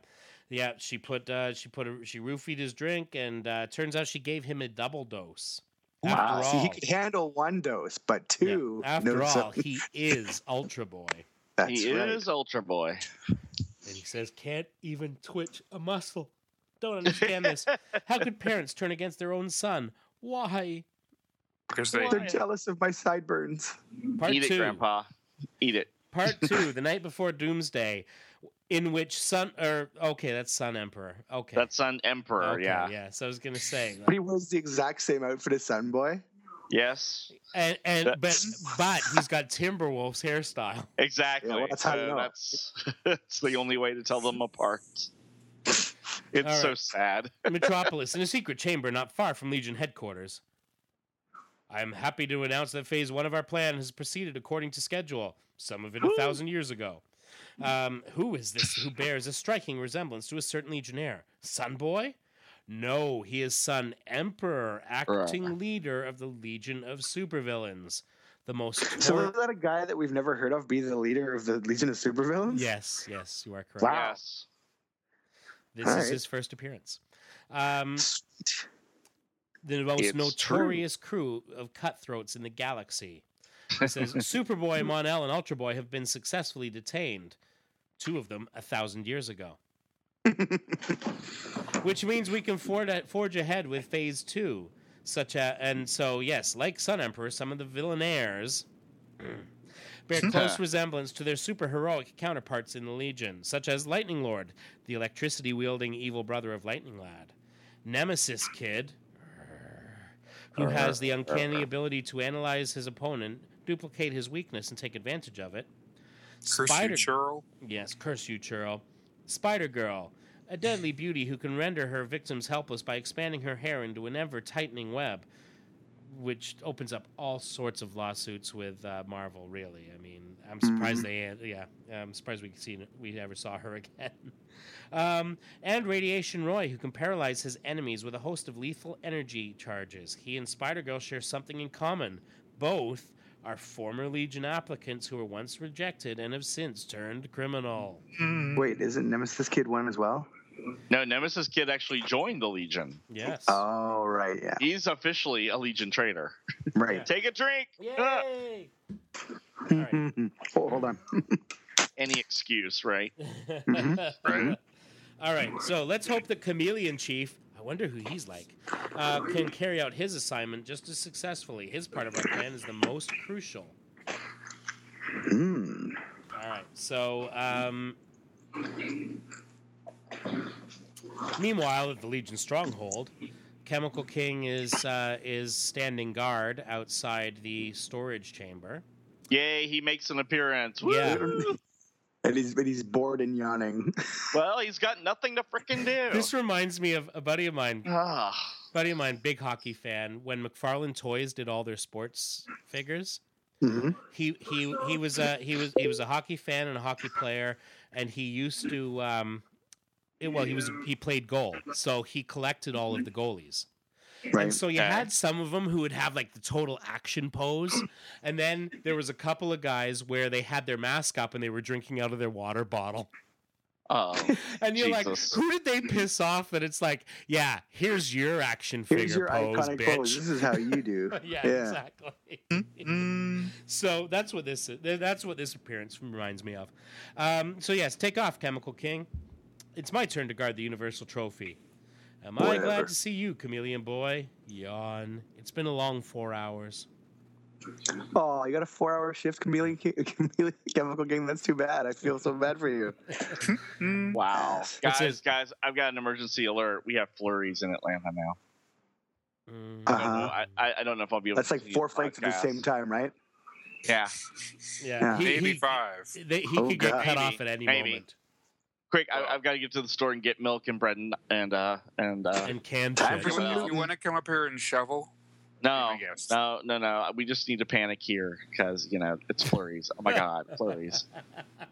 [SPEAKER 1] yeah. She put uh, she put a, she roofied his drink, and uh, turns out she gave him a double dose.
[SPEAKER 5] Wow.
[SPEAKER 1] After
[SPEAKER 5] See, he
[SPEAKER 1] all-
[SPEAKER 5] could handle one dose, but
[SPEAKER 1] Yeah,
[SPEAKER 5] two.
[SPEAKER 1] After
[SPEAKER 5] no, so-
[SPEAKER 1] all, he is Ultra Boy,
[SPEAKER 5] that's
[SPEAKER 2] he
[SPEAKER 5] right.
[SPEAKER 2] is Ultra Boy.
[SPEAKER 1] and he says can't even twitch a muscle. Don't understand this. How could parents turn against their own son? Why?
[SPEAKER 3] Because they
[SPEAKER 5] They're jealous of my sideburns.
[SPEAKER 1] Part
[SPEAKER 2] Eat
[SPEAKER 1] two.
[SPEAKER 2] it, Grandpa. Eat it.
[SPEAKER 1] Part two, the night before Doomsday, in which Sun or okay, that's Sun Emperor. Okay,
[SPEAKER 2] That's on Emperor.
[SPEAKER 1] okay,
[SPEAKER 2] yeah.
[SPEAKER 1] yeah. So I was gonna say,
[SPEAKER 5] But he wears the exact same outfit as Sunboy.
[SPEAKER 2] Yes.
[SPEAKER 1] and and but
[SPEAKER 2] That's-
[SPEAKER 1] but he's got Timberwolf's hairstyle.
[SPEAKER 2] Exactly.
[SPEAKER 5] Yeah, well, that's how you
[SPEAKER 2] So
[SPEAKER 5] know.
[SPEAKER 2] that's, that's the only way to tell them apart. It's
[SPEAKER 1] All
[SPEAKER 2] so
[SPEAKER 1] right.
[SPEAKER 2] sad.
[SPEAKER 1] Metropolis in a secret chamber not far from Legion headquarters. I am happy to announce that phase one of our plan has proceeded according to schedule, some of it a
[SPEAKER 2] Woo.
[SPEAKER 1] thousand years ago. Um, who is this who bears a striking resemblance to a certain legionnaire? Sun Boy? No, he is Sun Emperor, acting leader of the Legion of Supervillains. The most.
[SPEAKER 5] So
[SPEAKER 1] tor-
[SPEAKER 5] was that a guy that we've never heard of be the leader of the Legion of Supervillains?
[SPEAKER 1] yes, yes, you are correct.
[SPEAKER 5] Wow.
[SPEAKER 2] Yes.
[SPEAKER 1] This
[SPEAKER 5] All
[SPEAKER 1] is
[SPEAKER 5] right.
[SPEAKER 1] his first appearance. Um,
[SPEAKER 5] Sweet.
[SPEAKER 1] the most
[SPEAKER 2] It's
[SPEAKER 1] notorious crew of cutthroats in the galaxy. It says Superboy, Monel, and Ultraboy have been successfully detained. Two of them a thousand years ago. Mm-hmm. Which means we can forge, forge ahead with phase two. Such a, and so yes, like Sun Emperor, some of the villainaires bear close resemblance to their superheroic counterparts in the Legion, such as Lightning Lord, the electricity wielding evil brother of Lightning Lad, Nemesis Kid, who has the uncanny ability to analyze his opponent, duplicate his weakness, and take advantage of it.
[SPEAKER 3] curse you,
[SPEAKER 1] Spider-
[SPEAKER 3] Churl.
[SPEAKER 1] Yes, curse you, Churl. Spider Girl, a deadly beauty who can render her victims helpless by expanding her hair into an ever tightening web, which opens up all sorts of lawsuits with uh, Marvel. Really, I mean, I'm surprised they, yeah, I'm surprised we seen we never saw her again. um, and Radiation Roy, who can paralyze his enemies with a host of lethal energy charges. He and Spider Girl share something in common: both are former Legion applicants who were once rejected and have since turned criminal.
[SPEAKER 4] Wait, isn't Nemesis Kid one as well?
[SPEAKER 2] No, Nemesis Kid actually joined the Legion.
[SPEAKER 1] Yes.
[SPEAKER 4] Oh, right, yeah,
[SPEAKER 2] He's officially a Legion traitor.
[SPEAKER 4] right.
[SPEAKER 2] Take a drink. Ah,
[SPEAKER 1] Yay! All right.
[SPEAKER 4] Oh, hold on.
[SPEAKER 2] any excuse, right?
[SPEAKER 3] Right.
[SPEAKER 1] All right. So let's hope that Chameleon Chief, I wonder who he's like, uh, can carry out his assignment just as successfully. His part of our plan is the most crucial.
[SPEAKER 4] Hmm.
[SPEAKER 1] All right. So, um, meanwhile, at the Legion stronghold, Chemical King is uh, is standing guard outside the storage chamber.
[SPEAKER 2] Yay, he makes an appearance. Woo!
[SPEAKER 1] Yeah.
[SPEAKER 4] And he's but he's bored and yawning.
[SPEAKER 2] Well, he's got nothing to frickin' do.
[SPEAKER 1] This reminds me of a buddy of mine,
[SPEAKER 2] Ah,
[SPEAKER 1] buddy of mine, big hockey fan. When McFarlane Toys did all their sports figures, Mm-hmm.
[SPEAKER 4] hmm
[SPEAKER 1] he he he was a he was he was a hockey fan and a hockey player, and he used to um, it, well he was he played goal, so he collected all of the goalies. And
[SPEAKER 4] Right.
[SPEAKER 1] so you
[SPEAKER 3] Okay.
[SPEAKER 1] had some of them who would have like the total action pose, and then there was a couple of guys where they had their mask up and they were drinking out of their water bottle.
[SPEAKER 2] oh,
[SPEAKER 1] And you're like,
[SPEAKER 2] Jesus.
[SPEAKER 1] who did they piss off? That it's like, yeah, here's your action figure
[SPEAKER 4] Here's your
[SPEAKER 1] pose,
[SPEAKER 4] iconic
[SPEAKER 1] bitch.
[SPEAKER 4] pose. This is how you do.
[SPEAKER 1] yeah,
[SPEAKER 4] Yeah. Mm-hmm.
[SPEAKER 1] exactly. so that's what this that's what this appearance reminds me of. Um, so yes, take off, Chemical King. It's my turn to guard the Universal Trophy. Am I
[SPEAKER 4] Whatever.
[SPEAKER 1] glad to see you, Chameleon Boy? Yawn. It's been a long four hours.
[SPEAKER 4] Oh, you got a four-hour shift, chameleon, chameleon chemical game. That's too bad. I feel so bad for you.
[SPEAKER 2] Mm. wow.
[SPEAKER 1] That's
[SPEAKER 2] Guys,
[SPEAKER 1] it.
[SPEAKER 2] guys, I've got an emergency alert. We have flurries in Atlanta now.
[SPEAKER 1] Mm,
[SPEAKER 2] I don't know.
[SPEAKER 4] Uh-huh.
[SPEAKER 2] I, I, I don't know if I'll be able
[SPEAKER 4] That's
[SPEAKER 2] to
[SPEAKER 4] like
[SPEAKER 2] see
[SPEAKER 4] four
[SPEAKER 2] the
[SPEAKER 4] flights at the
[SPEAKER 2] podcast.
[SPEAKER 4] same time, right?
[SPEAKER 2] Yeah.
[SPEAKER 1] yeah,
[SPEAKER 4] Yeah.
[SPEAKER 1] he,
[SPEAKER 3] Maybe
[SPEAKER 1] he,
[SPEAKER 3] five.
[SPEAKER 1] they- he
[SPEAKER 4] Oh,
[SPEAKER 1] could get
[SPEAKER 4] God.
[SPEAKER 1] cut
[SPEAKER 2] Maybe.
[SPEAKER 1] off at any
[SPEAKER 2] Maybe.
[SPEAKER 1] moment.
[SPEAKER 2] Quick, I, I've got to get to the store and get milk and bread and, and uh, and, uh,
[SPEAKER 1] And can
[SPEAKER 4] Time
[SPEAKER 1] shit.
[SPEAKER 4] for some
[SPEAKER 3] you want to come up here and shovel?
[SPEAKER 2] no.
[SPEAKER 3] I guess.
[SPEAKER 2] Oh, No, no, no. We just need to panic here because, you know, it's flurries. Oh my God, flurries.
[SPEAKER 1] I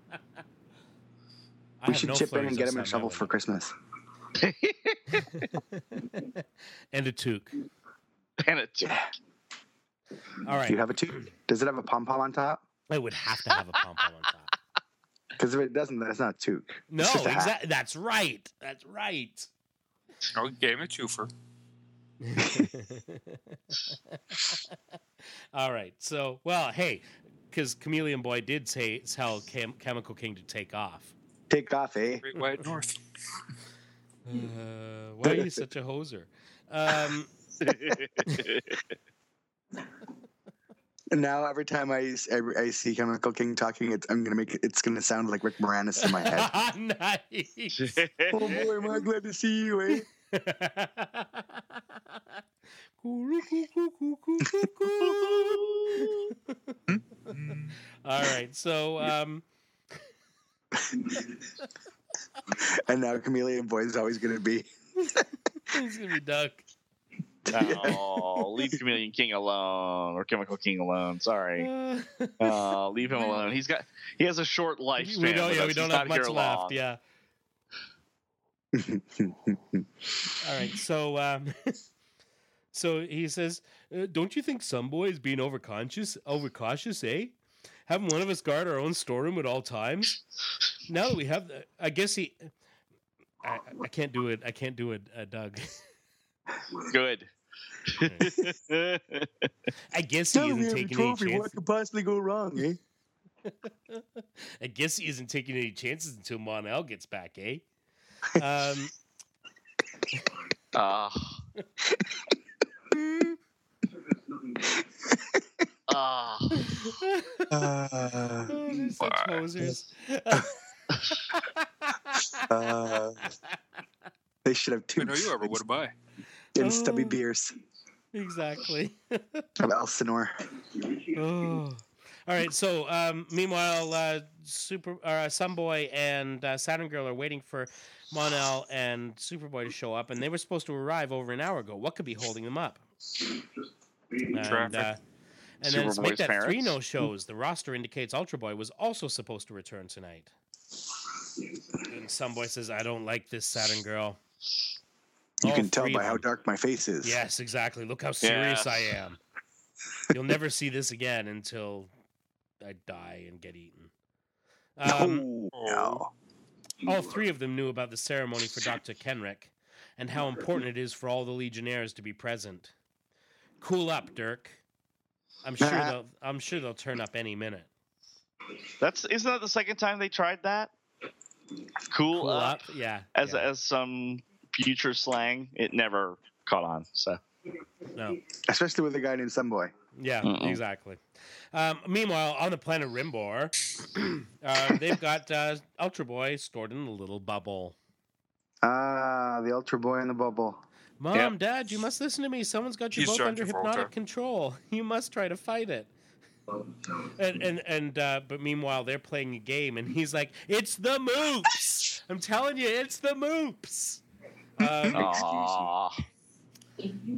[SPEAKER 4] We
[SPEAKER 1] have
[SPEAKER 4] should
[SPEAKER 1] no
[SPEAKER 4] chip in
[SPEAKER 1] flurries
[SPEAKER 4] and get him a
[SPEAKER 1] outside my
[SPEAKER 4] shovel for
[SPEAKER 1] window.
[SPEAKER 4] Christmas.
[SPEAKER 1] and a toque.
[SPEAKER 2] Panic.
[SPEAKER 1] All right,
[SPEAKER 4] Do you have a tube? Does it have a pom pom on top?
[SPEAKER 1] I would have to have a pom pom on top.
[SPEAKER 4] Because if it doesn't, then it's not a toque.
[SPEAKER 1] No,
[SPEAKER 4] just a hat.
[SPEAKER 1] exactly. That's right. That's right.
[SPEAKER 3] No, Oh, gave him a twofer.
[SPEAKER 1] All right. So, well, hey, because Chameleon Boy did say tell Chem- Chemical King to take off.
[SPEAKER 4] Take off, eh?
[SPEAKER 3] Great White North.
[SPEAKER 1] Uh, why are you such a hoser? Um,
[SPEAKER 4] Now every time I, I, I see Chemical King talking, it's, I'm gonna make it- it's gonna sound like Rick Moranis in my head.
[SPEAKER 1] nice.
[SPEAKER 4] oh boy, am I glad to see you, eh? Hmm?
[SPEAKER 1] Coo-roo, coo, coo, coo, coo, coo, coo. All right. So, um,
[SPEAKER 4] And now Chameleon Boy is always gonna be.
[SPEAKER 1] it's gonna be Duck.
[SPEAKER 2] oh, leave Chameleon King alone or Chemical King alone. Sorry.
[SPEAKER 1] Uh,
[SPEAKER 2] Uh, leave him alone. He's got he has a short lifespan.
[SPEAKER 1] we don't.
[SPEAKER 2] with
[SPEAKER 1] Yeah, we
[SPEAKER 2] us. He's
[SPEAKER 1] don't
[SPEAKER 2] not
[SPEAKER 1] have much
[SPEAKER 2] here
[SPEAKER 1] left.
[SPEAKER 2] long.
[SPEAKER 1] Yeah. All right. So, um, so he says, uh, "Don't you think some boy is being overcautious? Overcautious, eh? Having one of us guard our own storeroom at all times. Now that we have, the, I guess he." I, I can't do it. I can't do it, uh, Doug.
[SPEAKER 2] Good.
[SPEAKER 1] I guess he
[SPEAKER 4] Now that
[SPEAKER 1] isn't
[SPEAKER 4] we have
[SPEAKER 1] taking
[SPEAKER 4] a
[SPEAKER 1] any
[SPEAKER 4] trophy, what
[SPEAKER 1] chances.
[SPEAKER 4] could possibly go wrong, eh?
[SPEAKER 1] I guess he isn't taking any chances until Monel gets back, eh? Um,
[SPEAKER 2] Ah. Ah.
[SPEAKER 4] Uh,
[SPEAKER 1] Oh, they're such
[SPEAKER 3] Why?
[SPEAKER 1] posers.
[SPEAKER 4] uh, they should have two
[SPEAKER 3] I know you ever would buy.
[SPEAKER 4] and stubby
[SPEAKER 1] Oh.
[SPEAKER 4] beers
[SPEAKER 1] exactly.
[SPEAKER 4] of Elsinore.
[SPEAKER 1] Oh. All All right. So, um, meanwhile, uh, Super uh, Sunboy and uh, Saturn Girl are waiting for Monel and Superboy to show up, and they were supposed to arrive over an hour ago. What could be holding them up? And, uh,
[SPEAKER 3] Traffic.
[SPEAKER 1] and then it's
[SPEAKER 2] Superboy's
[SPEAKER 1] make that
[SPEAKER 2] parents.
[SPEAKER 1] three no shows. The roster indicates Ultra Boy was also supposed to return tonight. And Sunboy says, "I don't like this Saturn Girl."
[SPEAKER 4] You
[SPEAKER 1] All
[SPEAKER 4] can tell
[SPEAKER 1] three
[SPEAKER 4] by
[SPEAKER 1] of
[SPEAKER 4] how
[SPEAKER 1] them.
[SPEAKER 4] dark my face is.
[SPEAKER 1] Yes, exactly. Look how serious
[SPEAKER 2] Yeah.
[SPEAKER 1] I am. You'll never see this again until I die and get eaten. Um,
[SPEAKER 4] Oh,
[SPEAKER 3] Oh.
[SPEAKER 4] no.
[SPEAKER 1] All three of them knew about the ceremony for Dr. Kenrick and how important it is for all the Legionnaires to be present. Cool up, Dirk. I'm sure they'll. I'm sure they'll turn up any minute.
[SPEAKER 2] That's isn't that the second time they tried that? Cool,
[SPEAKER 1] Cool
[SPEAKER 2] up,
[SPEAKER 1] up, yeah.
[SPEAKER 2] as
[SPEAKER 1] yeah,
[SPEAKER 2] as some future slang. It never caught on. So
[SPEAKER 1] no.
[SPEAKER 4] Especially with a guy named Sunboy.
[SPEAKER 1] Yeah,
[SPEAKER 2] Uh-oh.
[SPEAKER 1] exactly. Um, meanwhile, on the planet Rimbor, uh, they've got uh, Ultra Boy stored in a little bubble.
[SPEAKER 4] Ah, the Ultra Boy in the bubble.
[SPEAKER 1] Mom, Dad, you must listen to me. Someone's got you
[SPEAKER 3] He's
[SPEAKER 1] both
[SPEAKER 3] John
[SPEAKER 1] under hypnotic
[SPEAKER 3] Travolta.
[SPEAKER 1] control. You must try to fight it. And and and uh, but meanwhile they're playing a game, and he's like, "It's the moops! I'm telling you, it's the moops." Um,
[SPEAKER 2] Oh. Aw.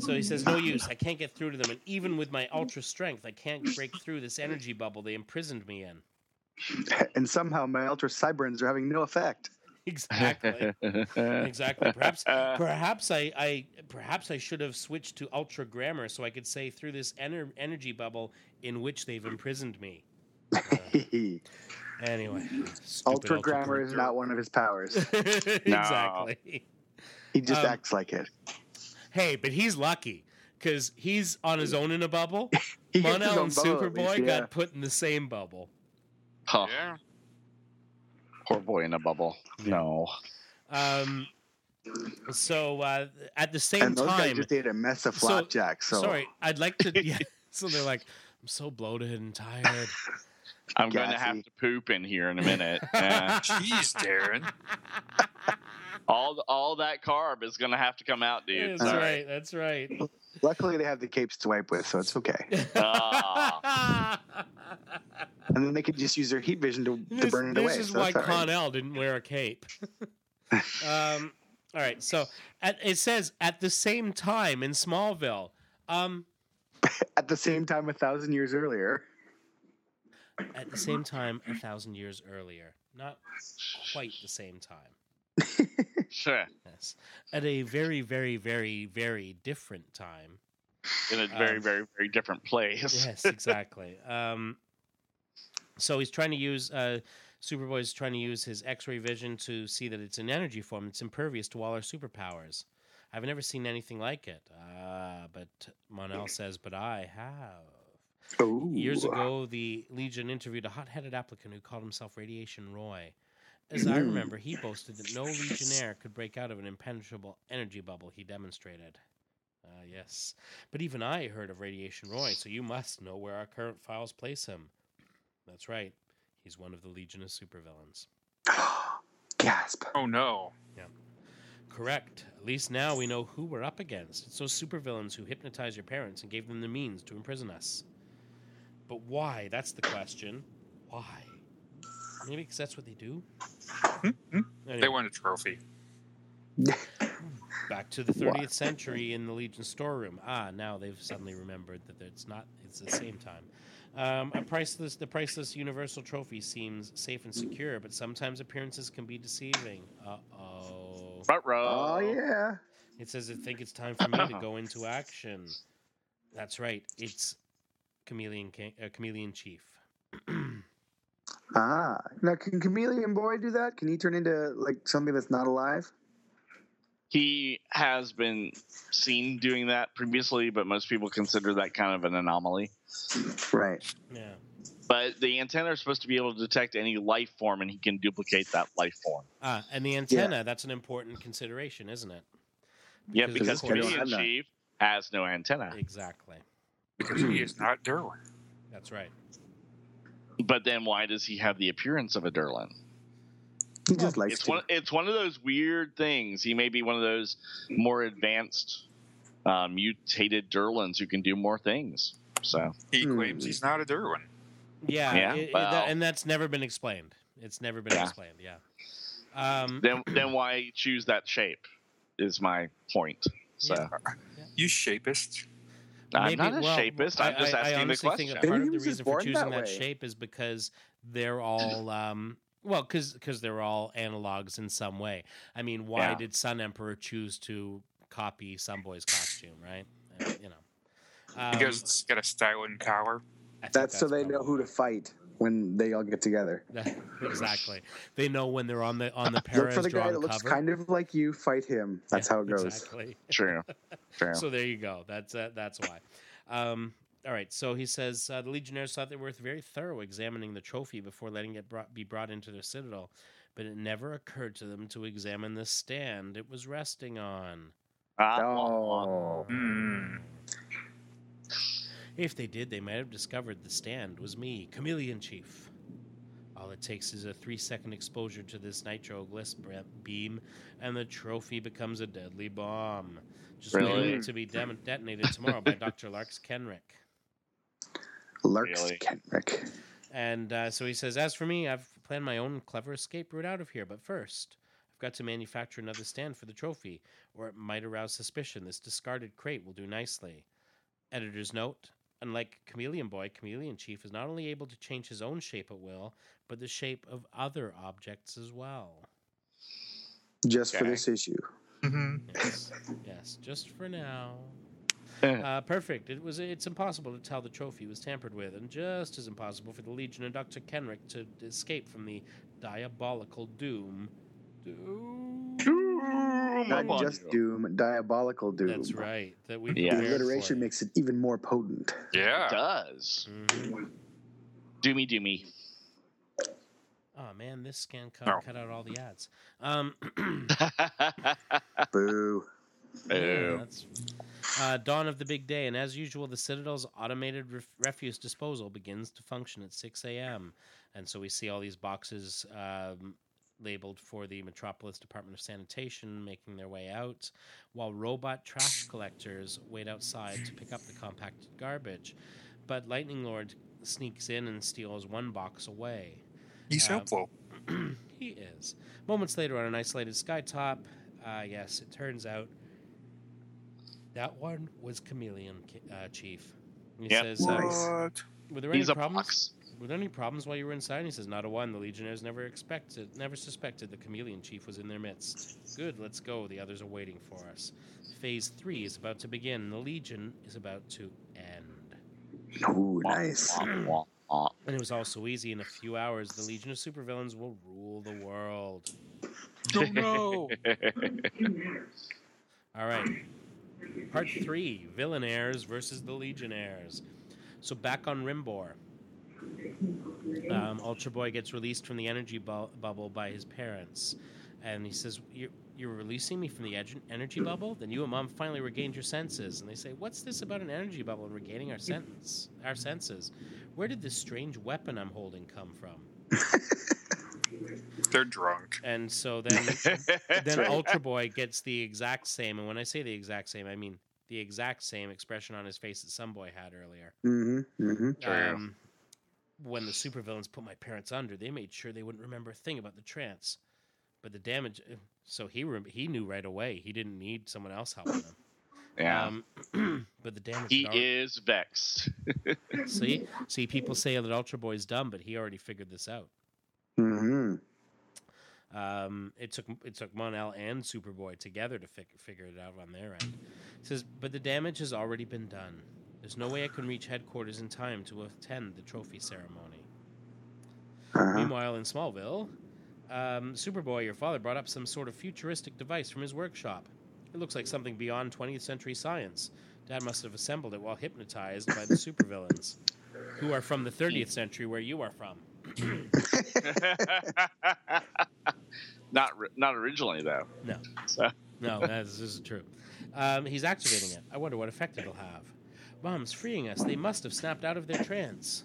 [SPEAKER 1] so he says, "No use. I can't get through to them, and even with my ultra strength, I can't break through this energy bubble they imprisoned me in."
[SPEAKER 4] And somehow my Ultra Cyburns are having no effect.
[SPEAKER 1] Exactly. exactly. Perhaps perhaps I, I perhaps I should have switched to ultra grammar so I could say through this ener- energy bubble in which they've imprisoned me. Uh, Anyway, stupid
[SPEAKER 4] ultra Grammar is not one of his powers.
[SPEAKER 1] exactly.
[SPEAKER 4] He just
[SPEAKER 1] Um,
[SPEAKER 4] acts like it.
[SPEAKER 1] Hey, but he's lucky because he's on his own in a bubble.
[SPEAKER 4] He gets his
[SPEAKER 1] Monel
[SPEAKER 4] own
[SPEAKER 1] and
[SPEAKER 4] bubble at
[SPEAKER 1] Superboy
[SPEAKER 4] least, yeah.
[SPEAKER 1] got put in the same bubble.
[SPEAKER 2] Huh,
[SPEAKER 3] Yeah.
[SPEAKER 2] Poor boy in a bubble. No.
[SPEAKER 1] Um, so uh, at the same
[SPEAKER 4] And those guys
[SPEAKER 1] time,
[SPEAKER 4] just ate a mess of
[SPEAKER 1] So-
[SPEAKER 4] flapjacks. So,
[SPEAKER 1] sorry, I'd like to. Yeah, so they're like, I'm so bloated and tired.
[SPEAKER 2] I'm going to have
[SPEAKER 4] Gassy.
[SPEAKER 2] to poop in here in a minute. Yeah.
[SPEAKER 3] Jeez, Darren.
[SPEAKER 2] all all that carb is going to have to come out, dude.
[SPEAKER 1] that's
[SPEAKER 2] Sorry.
[SPEAKER 1] right. That's right.
[SPEAKER 4] luckily they have the capes to wipe with, so it's okay. And then they could just use their heat vision to, to
[SPEAKER 1] this
[SPEAKER 4] burn it
[SPEAKER 1] this
[SPEAKER 4] away.
[SPEAKER 1] is
[SPEAKER 4] so
[SPEAKER 1] why
[SPEAKER 4] that's all right.
[SPEAKER 1] Connell didn't wear a cape. um, all right, so at, it says at the same time in Smallville. Um,
[SPEAKER 4] At the same time, a thousand years earlier.
[SPEAKER 1] at the same time, a thousand years earlier, not quite the same time.
[SPEAKER 2] Sure.
[SPEAKER 1] Yes, at a very, very, very, very different time.
[SPEAKER 2] In a very,
[SPEAKER 1] Um,
[SPEAKER 2] very, very different place.
[SPEAKER 1] Yes, exactly. um, so he's trying to use uh, Superboy's trying to use his X-ray vision to see that it's an energy form. It's impervious to all our superpowers. I've never seen anything like it. Uh, but Monel says, but I have.
[SPEAKER 4] Oh,
[SPEAKER 1] Years ago, the Legion interviewed a hot-headed applicant who called himself Radiation Roy. As I
[SPEAKER 4] Mm.
[SPEAKER 1] remember, he boasted that no Legionnaire could break out of an impenetrable energy bubble he demonstrated. Ah, yes. But even I heard of Radiation Roy, so you must know where our current files place him. That's right. He's one of the Legion of Supervillains.
[SPEAKER 4] Gasp.
[SPEAKER 3] Oh no.
[SPEAKER 1] Correct. At least now we know who we're up against. It's those supervillains who hypnotized your parents and gave them the means to imprison us. But why? That's the question. Why? Maybe because that's what they do?
[SPEAKER 3] They
[SPEAKER 1] Anyway,
[SPEAKER 3] won a trophy.
[SPEAKER 1] back to the
[SPEAKER 4] Why?
[SPEAKER 1] 30th century in the Legion storeroom. Ah, now they've suddenly remembered that it's not, it's the same time. Um, a priceless, the priceless universal trophy seems safe and secure, but sometimes appearances can be deceiving. Uh oh.
[SPEAKER 2] Front row.
[SPEAKER 4] Oh, yeah.
[SPEAKER 1] It says, I think it's time for me to go into action. That's right. It's Chameleon, King, uh, Chameleon Chief.
[SPEAKER 4] Ah. Now, can Chameleon Boy do that? Can he turn into, like, something that's not alive?
[SPEAKER 2] He has been seen doing that previously, but most people consider that kind of an anomaly.
[SPEAKER 4] Right.
[SPEAKER 1] Yeah.
[SPEAKER 2] But the antenna is supposed to be able to detect any life form, and he can duplicate that life form.
[SPEAKER 1] Ah, and the antenna, that's an important consideration, isn't it?
[SPEAKER 2] Yeah,
[SPEAKER 1] Because
[SPEAKER 2] because
[SPEAKER 1] of course-
[SPEAKER 2] Chameleon Chief has no antenna.
[SPEAKER 1] Exactly.
[SPEAKER 3] Because he is not Derwin.
[SPEAKER 1] That's right.
[SPEAKER 2] But then, why does he have the appearance of a Derlin?
[SPEAKER 4] He just likes
[SPEAKER 2] it's
[SPEAKER 4] to.
[SPEAKER 2] one it's one of those weird things. He may be one of those more advanced uh, mutated Derlins who can do more things. So
[SPEAKER 3] He
[SPEAKER 4] Hmm.
[SPEAKER 3] claims he's not a Derwin.
[SPEAKER 1] Yeah,
[SPEAKER 2] Yeah,
[SPEAKER 1] it- it-
[SPEAKER 2] well.
[SPEAKER 1] that- and that's never been explained. It's never been
[SPEAKER 2] Yeah.
[SPEAKER 1] explained. Yeah. Um,
[SPEAKER 2] Then then why choose that shape? Is my point. So
[SPEAKER 1] Yeah.
[SPEAKER 3] You shapist.
[SPEAKER 2] I'm
[SPEAKER 1] maybe-
[SPEAKER 2] not a
[SPEAKER 1] well,
[SPEAKER 2] shapist. I'm
[SPEAKER 1] I-
[SPEAKER 2] just
[SPEAKER 1] I- I
[SPEAKER 2] asking the
[SPEAKER 1] honestly
[SPEAKER 2] question.
[SPEAKER 1] think that
[SPEAKER 4] Maybe
[SPEAKER 1] part
[SPEAKER 4] he
[SPEAKER 1] of the
[SPEAKER 4] was just
[SPEAKER 1] reason for
[SPEAKER 4] born
[SPEAKER 1] choosing
[SPEAKER 4] that
[SPEAKER 1] that,
[SPEAKER 4] way.
[SPEAKER 1] shape is because they're all um, well, because they're all analogs in some way. I mean, why
[SPEAKER 2] Yeah.
[SPEAKER 1] did Sun Emperor choose to copy Sun Boy's costume? Right? Uh, you know, um,
[SPEAKER 3] Because it's got a style and collar.
[SPEAKER 1] I think
[SPEAKER 4] That's so they know
[SPEAKER 1] probably
[SPEAKER 4] who to
[SPEAKER 1] why.
[SPEAKER 4] fight when they all get together.
[SPEAKER 1] exactly. They know when they're on the on the
[SPEAKER 4] Look
[SPEAKER 1] Perez
[SPEAKER 4] for the guy
[SPEAKER 1] drawn
[SPEAKER 4] that looks
[SPEAKER 1] cover.
[SPEAKER 4] kind of like you. Fight him. That's
[SPEAKER 1] Yeah,
[SPEAKER 4] how it goes.
[SPEAKER 1] Exactly.
[SPEAKER 2] True. True.
[SPEAKER 1] So there you go. That's uh, that's why. Um, all right. So he says uh, the legionnaires thought they were very thorough examining the trophy before letting it brought, be brought into their citadel, but it never occurred to them to examine the stand it was resting on.
[SPEAKER 2] Ah,
[SPEAKER 4] Oh,
[SPEAKER 3] Hmm.
[SPEAKER 1] If they did, they might have discovered the stand was me, Chameleon Chief. All it takes is a three second exposure to this nitroglyph beam, and the trophy becomes a deadly bomb. Just
[SPEAKER 2] Really?
[SPEAKER 1] waiting to be dem- detonated tomorrow by Dr. Larks Kenrick.
[SPEAKER 4] Larks
[SPEAKER 2] Really?
[SPEAKER 4] Kenrick.
[SPEAKER 1] And uh, so he says, As for me, I've planned my own clever escape route out of here, but first, I've got to manufacture another stand for the trophy, or it might arouse suspicion. This discarded crate will do nicely. Editor's note Unlike Chameleon Boy, Chameleon Chief is not only able to change his own shape at will, but the shape of other objects as well.
[SPEAKER 4] Just for
[SPEAKER 2] Okay.
[SPEAKER 4] this issue.
[SPEAKER 3] Mhm.
[SPEAKER 1] Yes, yes just for now.
[SPEAKER 2] Yeah.
[SPEAKER 1] Uh, perfect. It was. It's impossible to tell the trophy was tampered with, and just as impossible for the Legion and Doctor Kenrick to escape from the diabolical doom. Doom.
[SPEAKER 2] Doom
[SPEAKER 4] Not
[SPEAKER 2] upon
[SPEAKER 4] just
[SPEAKER 2] you.
[SPEAKER 4] doom, diabolical doom.
[SPEAKER 1] That's right. That we.
[SPEAKER 2] Yeah.
[SPEAKER 4] The
[SPEAKER 1] prepared
[SPEAKER 4] alliteration
[SPEAKER 1] for.
[SPEAKER 4] makes it even more potent.
[SPEAKER 2] It
[SPEAKER 3] Yeah.
[SPEAKER 2] does.
[SPEAKER 1] Mhm.
[SPEAKER 2] Ah. Doomy doomy.
[SPEAKER 1] Oh man, this scan cut,
[SPEAKER 3] Oh.
[SPEAKER 1] cut out all the ads. Um,
[SPEAKER 4] Boo.
[SPEAKER 1] Yeah,
[SPEAKER 2] Boo.
[SPEAKER 1] that's uh, dawn of the big day, and as usual, the Citadel's automated ref- refuse disposal begins to function at 6 a.m. And so we see all these boxes um, labeled for the Metropolis Department of Sanitation making their way out, while robot trash collectors wait outside to pick up the compacted garbage. But Lightning Lord sneaks in and steals one box away.
[SPEAKER 3] He's
[SPEAKER 1] Um,
[SPEAKER 3] helpful.
[SPEAKER 1] he is. Moments later, on an isolated skytop, uh, yes, it turns out that one was Chameleon Ki- uh, Chief. He
[SPEAKER 2] Yep.
[SPEAKER 1] says, uh,
[SPEAKER 4] Nice.
[SPEAKER 3] What?
[SPEAKER 1] "Were there any
[SPEAKER 2] He's a
[SPEAKER 1] problems?
[SPEAKER 2] box.
[SPEAKER 1] Were there any problems while you were inside?" And he says, "Not a one. The Legionnaires never expected, never suspected the Chameleon Chief was in their midst. Good, let's go. The others are waiting for us. Phase three is about to begin. The Legion is about to end."
[SPEAKER 4] Ooh, nice.
[SPEAKER 2] Wah, wah, wah.
[SPEAKER 1] And it was all so easy. In a few hours, the Legion of Supervillains will rule the world.
[SPEAKER 3] Oh, no.
[SPEAKER 1] All right. Part three Villainaires versus the Legionnaires. So back on Rimbor. Um, Ultra Boy gets released from the energy bu- bubble by his parents. And he says, you're, you're releasing me from the edg- energy bubble? Then you and mom finally regained your senses. And they say, What's this about an energy bubble and regaining our, sentence, our senses? Where did this strange weapon I'm holding come from?
[SPEAKER 3] They're drunk.
[SPEAKER 1] And so then then Ultra Boy gets the exact same, and when I say the exact same, I mean the exact same expression on his face that Sun Boy had earlier.
[SPEAKER 4] Mm-hmm. Mm-hmm.
[SPEAKER 2] True.
[SPEAKER 1] Um, when the supervillains put my parents under, they made sure they wouldn't remember a thing about the trance. But the damage, eh, so he rem he knew right away. He didn't need someone else helping him.
[SPEAKER 2] yeah.
[SPEAKER 1] Um, but the damage.
[SPEAKER 2] he
[SPEAKER 1] had already-
[SPEAKER 2] is vexed.
[SPEAKER 1] see, see, people say that Ultra Boy's dumb, but he already figured this out.
[SPEAKER 4] Mm-hmm.
[SPEAKER 1] Um, it took it took Monel and Superboy together to fig- figure it out on their end. It says, but the damage has already been done. There's no way I can reach headquarters in time to attend the trophy ceremony.
[SPEAKER 4] Uh-huh.
[SPEAKER 1] Meanwhile, in Smallville, um, Superboy, your father brought up some sort of futuristic device from his workshop. It looks like something beyond 20th century science. Dad must have assembled it while hypnotized by the supervillains, who are from the 30th century, where you are from.
[SPEAKER 2] not ri- not originally though.
[SPEAKER 1] No.
[SPEAKER 2] So-
[SPEAKER 1] No, that is- this is true. Um, he's activating it. I wonder what effect it'll have. Mom's freeing us. They must have snapped out of their trance.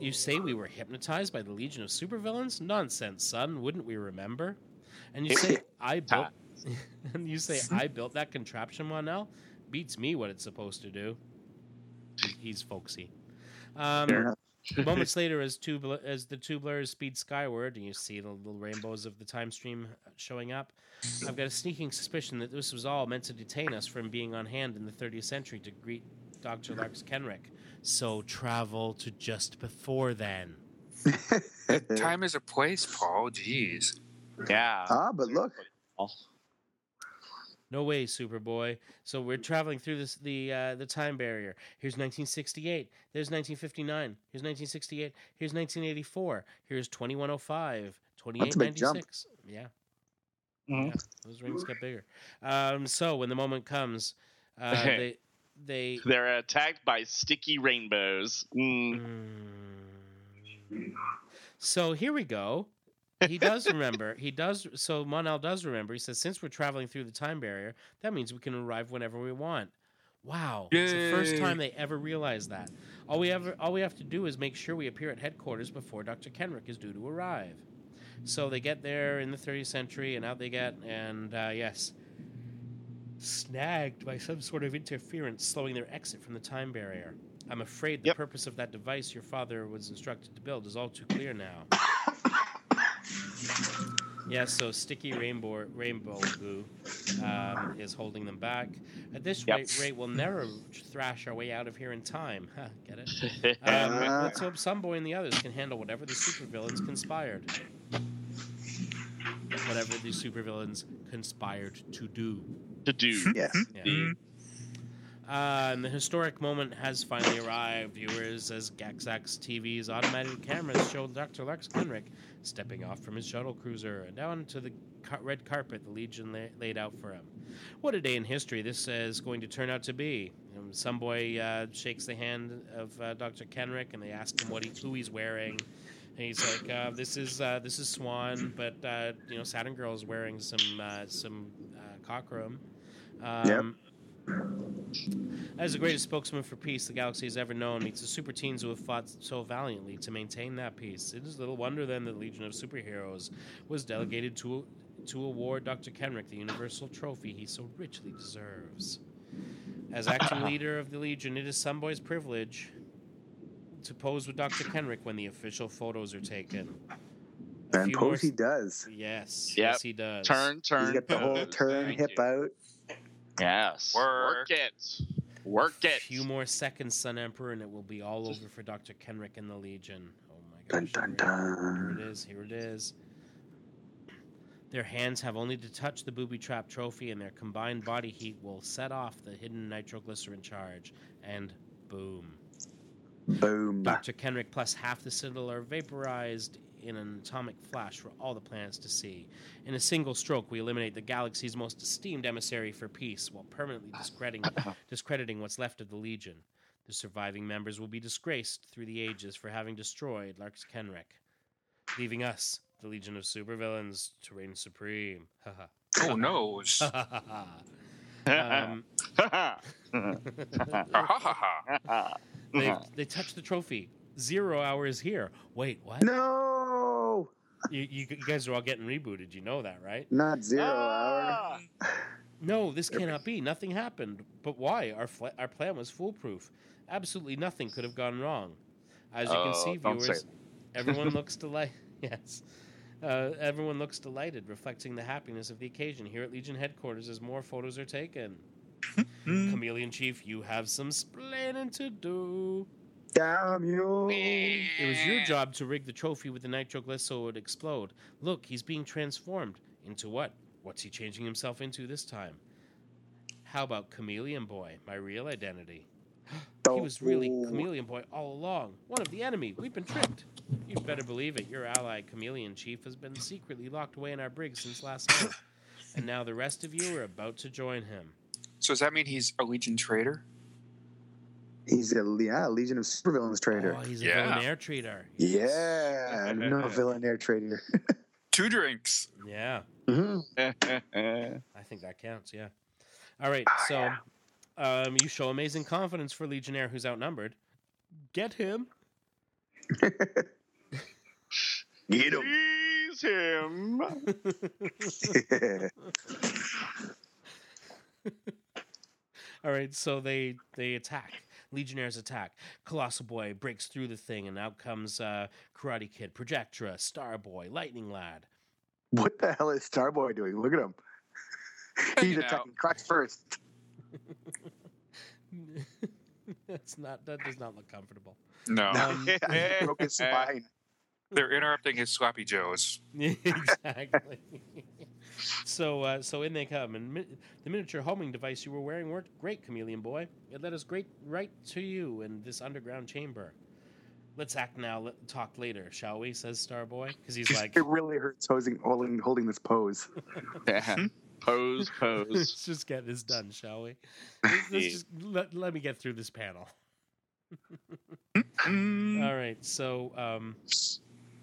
[SPEAKER 1] You say we were hypnotized by the Legion of Supervillains? Nonsense, son. Wouldn't we remember? And you say I built. and you say I built that contraption, Monel. Beats me what it's supposed to do. He's folksy. Um,
[SPEAKER 2] Sure.
[SPEAKER 1] Moments later, as two bl- as the two blurs speed skyward, and you see the little rainbows of the time stream showing up, I've got a sneaking suspicion that this was all meant to detain us from being on hand in the 30th century to greet Dr. Lark's Kenrick. So travel to just before then.
[SPEAKER 3] Time is a place, Paul. Jeez.
[SPEAKER 2] Yeah.
[SPEAKER 5] ah, but look,
[SPEAKER 1] No way, Superboy. So we're traveling through this the uh, the time barrier. Here's 1968. There's 1959. Here's 1968. Here's 1984. Here's 2105.
[SPEAKER 5] That's a big jump.
[SPEAKER 1] 2896. Yeah.
[SPEAKER 2] Mhm.
[SPEAKER 1] yeah. Those rings get bigger. Um, so when the moment comes, uh, they they.
[SPEAKER 2] They're attacked by sticky rainbows. Mm.
[SPEAKER 1] Mm. So here we go. He does remember. He does. So Monel does remember. He says, since we're traveling through the time barrier, that means we can arrive whenever we want. Wow! It's the first
[SPEAKER 3] Yay.
[SPEAKER 1] time they ever realized that. All we ever, all we have to do is make sure we appear at headquarters before Doctor Kenrick is due to arrive. So they get there in the 30th century, and out they get, and uh, yes, snagged by some sort of interference slowing their exit from the time barrier. I'm afraid the
[SPEAKER 2] Yep.
[SPEAKER 1] purpose of that device your father was instructed to build is all too clear now. yeah, so sticky rainbow rainbow goo um, is holding them back. At this
[SPEAKER 2] Yep.
[SPEAKER 1] rate, rate, we'll never thrash our way out of here in time. Huh, get it? Um,
[SPEAKER 5] Ah.
[SPEAKER 1] let's hope Sunboy and the others can handle whatever the supervillains conspired. Whatever the supervillains conspired to do.
[SPEAKER 2] to do.
[SPEAKER 1] Hmm?
[SPEAKER 5] yes.
[SPEAKER 1] Yeah. Mm-hmm. Uh, and the historic moment has finally arrived, viewers, as Gaxax TV's automated cameras show Dr. Lex Kenrick stepping off from his shuttle cruiser and down to the ca- red carpet the Legion la- laid out for him. What a day in history this is going to turn out to be. Um, some boy uh, shakes the hand of uh, Dr. Kenrick, and they ask him what he, who he's wearing. And he's like, uh, "This is uh, this is Swan, but uh, you know Saturn Girl is wearing some uh, some uh, cockrum." Um, As the greatest spokesman for peace the galaxy has ever known, meets the super teens who have fought so valiantly to maintain that peace. It is little wonder then that the Legion of Superheroes was delegated to to award Dr. Kenrick the universal trophy he so richly deserves. As acting leader of the Legion, it is Sunboy's privilege to pose with Dr. Kenrick when the official photos are taken. A
[SPEAKER 5] And
[SPEAKER 1] few more
[SPEAKER 5] pose he does.
[SPEAKER 1] s- Yes.
[SPEAKER 2] Yep.
[SPEAKER 1] Yes, he does.
[SPEAKER 2] Turn,
[SPEAKER 5] He's
[SPEAKER 2] turn.
[SPEAKER 5] got the whole
[SPEAKER 2] pose.
[SPEAKER 5] turn
[SPEAKER 2] Thank
[SPEAKER 5] hip
[SPEAKER 2] you.
[SPEAKER 5] out.
[SPEAKER 2] Yes. Work.
[SPEAKER 3] Work.
[SPEAKER 2] it. Work
[SPEAKER 1] A
[SPEAKER 2] it.
[SPEAKER 1] few more seconds, Sun Emperor, and it will be all over for Dr. Kenrick and the Legion. Oh my
[SPEAKER 5] Dun
[SPEAKER 1] gosh.
[SPEAKER 5] dun dun.
[SPEAKER 1] here we are. Here it is. Here it is. Their hands have only to touch the booby trap trophy, and their combined body heat will set off the hidden nitroglycerin charge. And boom.
[SPEAKER 5] Boom.
[SPEAKER 1] Dr. Kenrick plus half the Citadel are vaporized in an atomic flash for all the planets to see. In a single stroke, we eliminate the galaxy's most esteemed emissary for peace while permanently discrediting, discrediting what's left of the Legion. The surviving members will be disgraced through the ages for having destroyed Lark's Kenrick, leaving us, the Legion of Supervillains, to reign supreme. Ha ha.
[SPEAKER 3] Who knows?
[SPEAKER 1] Ha ha ha ha. Um,
[SPEAKER 3] Ah, ha, ha, ha.
[SPEAKER 1] they, they touch the trophy. Zero hour is here. Wait, what?
[SPEAKER 5] No,
[SPEAKER 1] You, you, you guys are all getting rebooted. You know that, right?
[SPEAKER 5] not zero hour.
[SPEAKER 2] Ah.
[SPEAKER 1] No, this cannot be. Nothing happened. But why? Our fl- our plan was foolproof. Absolutely nothing could have gone wrong. As you can
[SPEAKER 2] Oh,
[SPEAKER 1] see,
[SPEAKER 2] don't say
[SPEAKER 1] viewers, everyone looks delighted. Yes. Uh, everyone looks delighted, reflecting the happiness of the occasion here at Legion headquarters as more photos are taken.
[SPEAKER 3] Mm.
[SPEAKER 1] Chameleon Chief, you have some splaining to do.
[SPEAKER 5] Damn you!
[SPEAKER 1] It was
[SPEAKER 3] Eh.
[SPEAKER 1] your job to rig the trophy with the nitroglycerin so it would explode. Look, he's being transformed. Into what? What's he changing himself into this time? How about Chameleon Boy, my real identity? He was really
[SPEAKER 4] Oh.
[SPEAKER 1] Chameleon Boy all along. One of the enemy. We've been tricked. You'd better believe it. Your ally, Chameleon Chief, has been secretly locked away in our brig since last night. And now the rest of you are about to join him.
[SPEAKER 3] So does that mean he's a Legion traitor?
[SPEAKER 5] He's a yeah, Legion of Supervillains traitor.
[SPEAKER 1] Oh, he's a
[SPEAKER 3] Yeah.
[SPEAKER 1] villainaire traitor.
[SPEAKER 5] yeah, no villainaire traitor.
[SPEAKER 3] Two drinks.
[SPEAKER 1] Yeah. Mm-hmm.
[SPEAKER 5] Mhm.
[SPEAKER 1] I think that counts. Yeah. All right. so, um, you show amazing confidence for Legionnaire, who's outnumbered. Get him.
[SPEAKER 5] Get
[SPEAKER 2] Seize him.
[SPEAKER 5] him.
[SPEAKER 1] All right. So they they attack. Legionnaires attack. Colossal Boy breaks through the thing, and out comes uh, Karate Kid, Projectra, Starboy, Lightning Lad.
[SPEAKER 5] What the hell is Starboy doing? Look at him. He's
[SPEAKER 3] Hanging out.
[SPEAKER 5] attacking Crux first.
[SPEAKER 1] That's not. That does not look comfortable.
[SPEAKER 3] No,
[SPEAKER 1] Um,
[SPEAKER 5] He broke his spine.
[SPEAKER 3] they're interrupting his sloppy joes.
[SPEAKER 1] exactly. so uh, so in they come, and mi- the miniature homing device you were wearing worked great, chameleon boy. It led us great right to you in this underground chamber. Let's act now. Let, talk later, shall we? Says Starboy, because he's like,
[SPEAKER 5] It really hurts hosing, holding, holding this pose.
[SPEAKER 2] Yeah. pose, pose.
[SPEAKER 1] let's just get this done, shall we? Let's, let's
[SPEAKER 2] Yeah.
[SPEAKER 1] just let, let me get through this panel.
[SPEAKER 3] Mm.
[SPEAKER 1] All right, so um,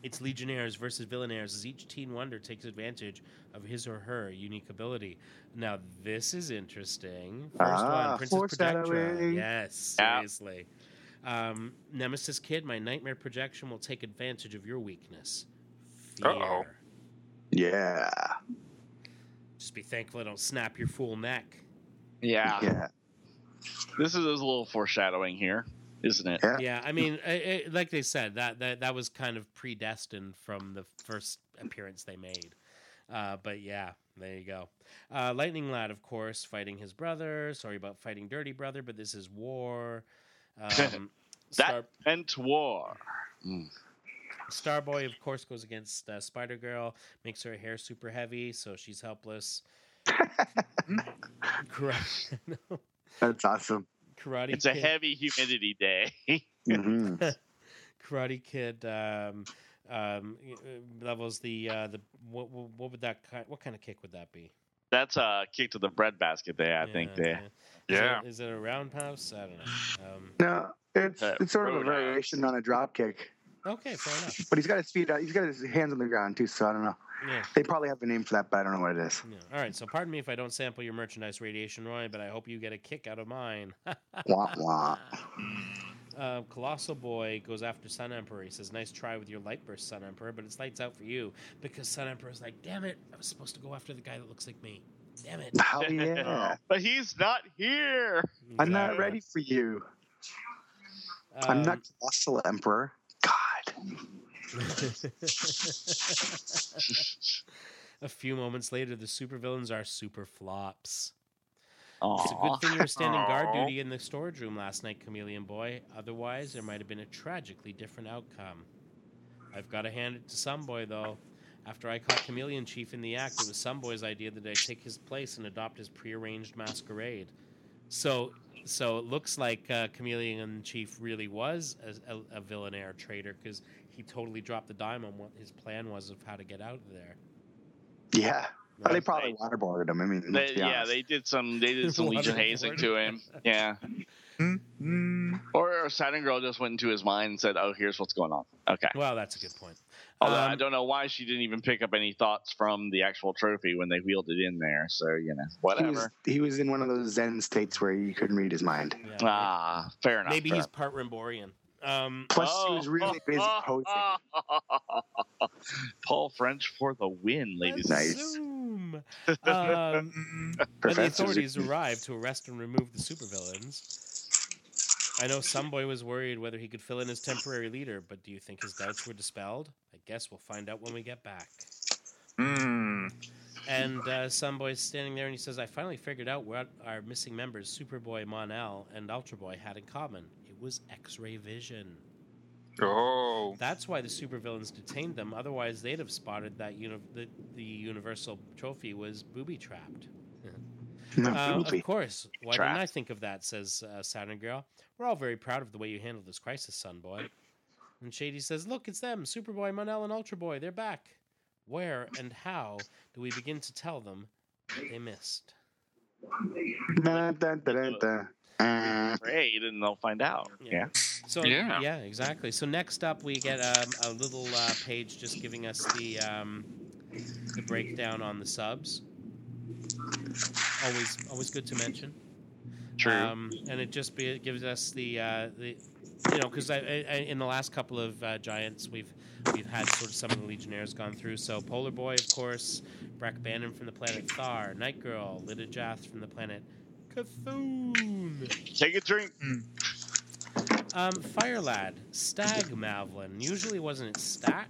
[SPEAKER 1] it's Legionnaires versus Villainaires as each Teen Wonder takes advantage of his or her unique ability. Now, this is interesting. First
[SPEAKER 5] Ah,
[SPEAKER 1] one, Princess Projectra.
[SPEAKER 5] foreshadowing.
[SPEAKER 1] Yes,
[SPEAKER 2] Yeah.
[SPEAKER 1] seriously. Um, Nemesis Kid, my nightmare projection will take advantage of your weakness. Fear.
[SPEAKER 3] Uh-oh.
[SPEAKER 5] Yeah.
[SPEAKER 1] Just be thankful I don't snap your fool neck.
[SPEAKER 2] Yeah.
[SPEAKER 5] Yeah.
[SPEAKER 2] This is a little foreshadowing here, isn't it?
[SPEAKER 5] Yeah.
[SPEAKER 1] Yeah, I mean, I, I, like they said, that, that that was kind of predestined from the first appearance they made. Uh, but yeah, there you go. Uh, Lightning Lad, of course, fighting his brother. Sorry about fighting Dirty Brother, but this is war. Um,
[SPEAKER 2] That- Meant war.
[SPEAKER 1] Star, Starboy, of course, goes against uh, Spider Girl, makes her hair super heavy, so she's helpless. Karate,
[SPEAKER 5] That's awesome.
[SPEAKER 1] karate
[SPEAKER 2] It's a
[SPEAKER 1] Kid-
[SPEAKER 2] heavy humidity day.
[SPEAKER 5] hmm
[SPEAKER 1] Karate Kid um, um, y- uh, levels the uh, the what, what what would that ki- what kind of kick would that be?
[SPEAKER 2] That's a kick to the breadbasket day, I think. There.
[SPEAKER 3] Yeah.
[SPEAKER 1] Is it, is it a roundhouse? I don't know. Um,
[SPEAKER 5] No, it's,
[SPEAKER 2] Uh,
[SPEAKER 5] it's sort of a
[SPEAKER 2] road
[SPEAKER 5] variation on a drop kick,
[SPEAKER 1] okay, fair enough.
[SPEAKER 5] but he's got his feet out. He's got his hands on the ground too, so I don't know.
[SPEAKER 1] Yeah.
[SPEAKER 5] They probably have a name for that, but I don't know what it is.
[SPEAKER 1] yeah. All right. So, pardon me if I don't sample your merchandise, Radiation Roy, but I hope you get a kick out of mine.
[SPEAKER 5] Wah wah.
[SPEAKER 1] Uh, Colossal Boy goes after Sun Emperor. He says, "Nice try with your light burst, Sun Emperor, but it's lights out for you because Sun Emperor's like, damn it, I was supposed to go after the guy that looks like me. Damn it,
[SPEAKER 5] Oh yeah.
[SPEAKER 2] But he's not here.
[SPEAKER 5] I'm not
[SPEAKER 1] Exactly.
[SPEAKER 5] ready for you. I'm not
[SPEAKER 1] Um,
[SPEAKER 5] colossal emperor. God.
[SPEAKER 1] a few moments later, the supervillains are super flops. It's a
[SPEAKER 2] Aw.
[SPEAKER 1] good thing you were standing guard
[SPEAKER 3] Aw.
[SPEAKER 1] duty in the storage room last night, Chameleon Boy. Otherwise, there might have been a tragically different outcome. I've got to hand it to Some Boy, though. After I caught Chameleon Chief in the act, it was Some Boy's idea that I take his place and adopt his prearranged masquerade. So, so it looks like uh, Chameleon Chief really was a, a, a villainaire traitor because he totally dropped the dime on what his plan was of how to get out of there.
[SPEAKER 5] Yeah. Well, they
[SPEAKER 1] Right?
[SPEAKER 5] probably waterboarded him. I mean,
[SPEAKER 2] They-
[SPEAKER 5] let's be
[SPEAKER 2] yeah,
[SPEAKER 5] honest.
[SPEAKER 2] they did some. They did some Legion
[SPEAKER 1] Waterboard.
[SPEAKER 2] hazing to him. Yeah,
[SPEAKER 3] Mm.
[SPEAKER 2] or, or Saturn Girl just went into his mind and said, "Oh, here's what's going on." Okay.
[SPEAKER 1] Well, that's a good point.
[SPEAKER 2] Although I
[SPEAKER 1] Um,
[SPEAKER 2] don't know why she didn't even pick up any thoughts from the actual trophy when they wheeled it in there. So you know,
[SPEAKER 5] he was,
[SPEAKER 2] whatever.
[SPEAKER 5] he was in one of those Zen states where you couldn't read his mind.
[SPEAKER 1] yeah.
[SPEAKER 2] Ah, fair enough.
[SPEAKER 1] Maybe
[SPEAKER 2] fair
[SPEAKER 1] he's part Remborian. Um,
[SPEAKER 5] Plus, he
[SPEAKER 2] Oh.
[SPEAKER 5] was really busy posing.
[SPEAKER 2] Paul French for the win, ladies. and
[SPEAKER 5] Nice.
[SPEAKER 1] Zoom. Um,
[SPEAKER 3] Mm.
[SPEAKER 1] but the
[SPEAKER 5] Professor
[SPEAKER 1] authorities
[SPEAKER 5] Zoom.
[SPEAKER 1] arrived to arrest and remove the supervillains. I know some boy was worried whether he could fill in as temporary leader, but do you think his doubts were dispelled? I guess we'll find out when we get back.
[SPEAKER 3] Mm.
[SPEAKER 1] And uh, some boy's standing there and he says, I finally figured out what our missing members, Superboy, Monel, and Ultraboy, had in common. It was X ray vision.
[SPEAKER 3] Oh,
[SPEAKER 1] That's why the supervillains detained them. Otherwise, they'd have spotted that uni- the, the Universal Trophy was booby trapped.
[SPEAKER 5] No,
[SPEAKER 1] Uh,
[SPEAKER 5] poopy.
[SPEAKER 1] of course. Why
[SPEAKER 2] Trapped.
[SPEAKER 1] didn't I think of that? Says uh, Saturn Girl. We're all very proud of the way you handled this crisis, Sun Boy. And Shady says, "Look, it's them, Superboy, Monel, and Ultraboy. They're back. Where and how do we begin to tell them that they missed?"
[SPEAKER 5] Dun, dun, dun, dun, dun. Uh,
[SPEAKER 2] Great, and they'll find out.
[SPEAKER 1] Yeah.
[SPEAKER 2] Yeah.
[SPEAKER 1] So yeah,
[SPEAKER 3] Yeah.
[SPEAKER 1] exactly. So next up, we get um, a little uh, page just giving us the um, the breakdown on the subs. Always, always good to mention.
[SPEAKER 2] True.
[SPEAKER 1] Um, and it just be, it gives us the uh, the you know because I, I, I- in the last couple of uh, giants we've we've had sort of some of the Legionnaires gone through. So Polar Boy, of course, Brack Bannon from the planet Thar, Night Girl, Lita Jath from the planet Cthulhu.
[SPEAKER 2] Take a drink.
[SPEAKER 1] Um, Fire Lad, Stag Mavlin. Usually wasn't it Stack?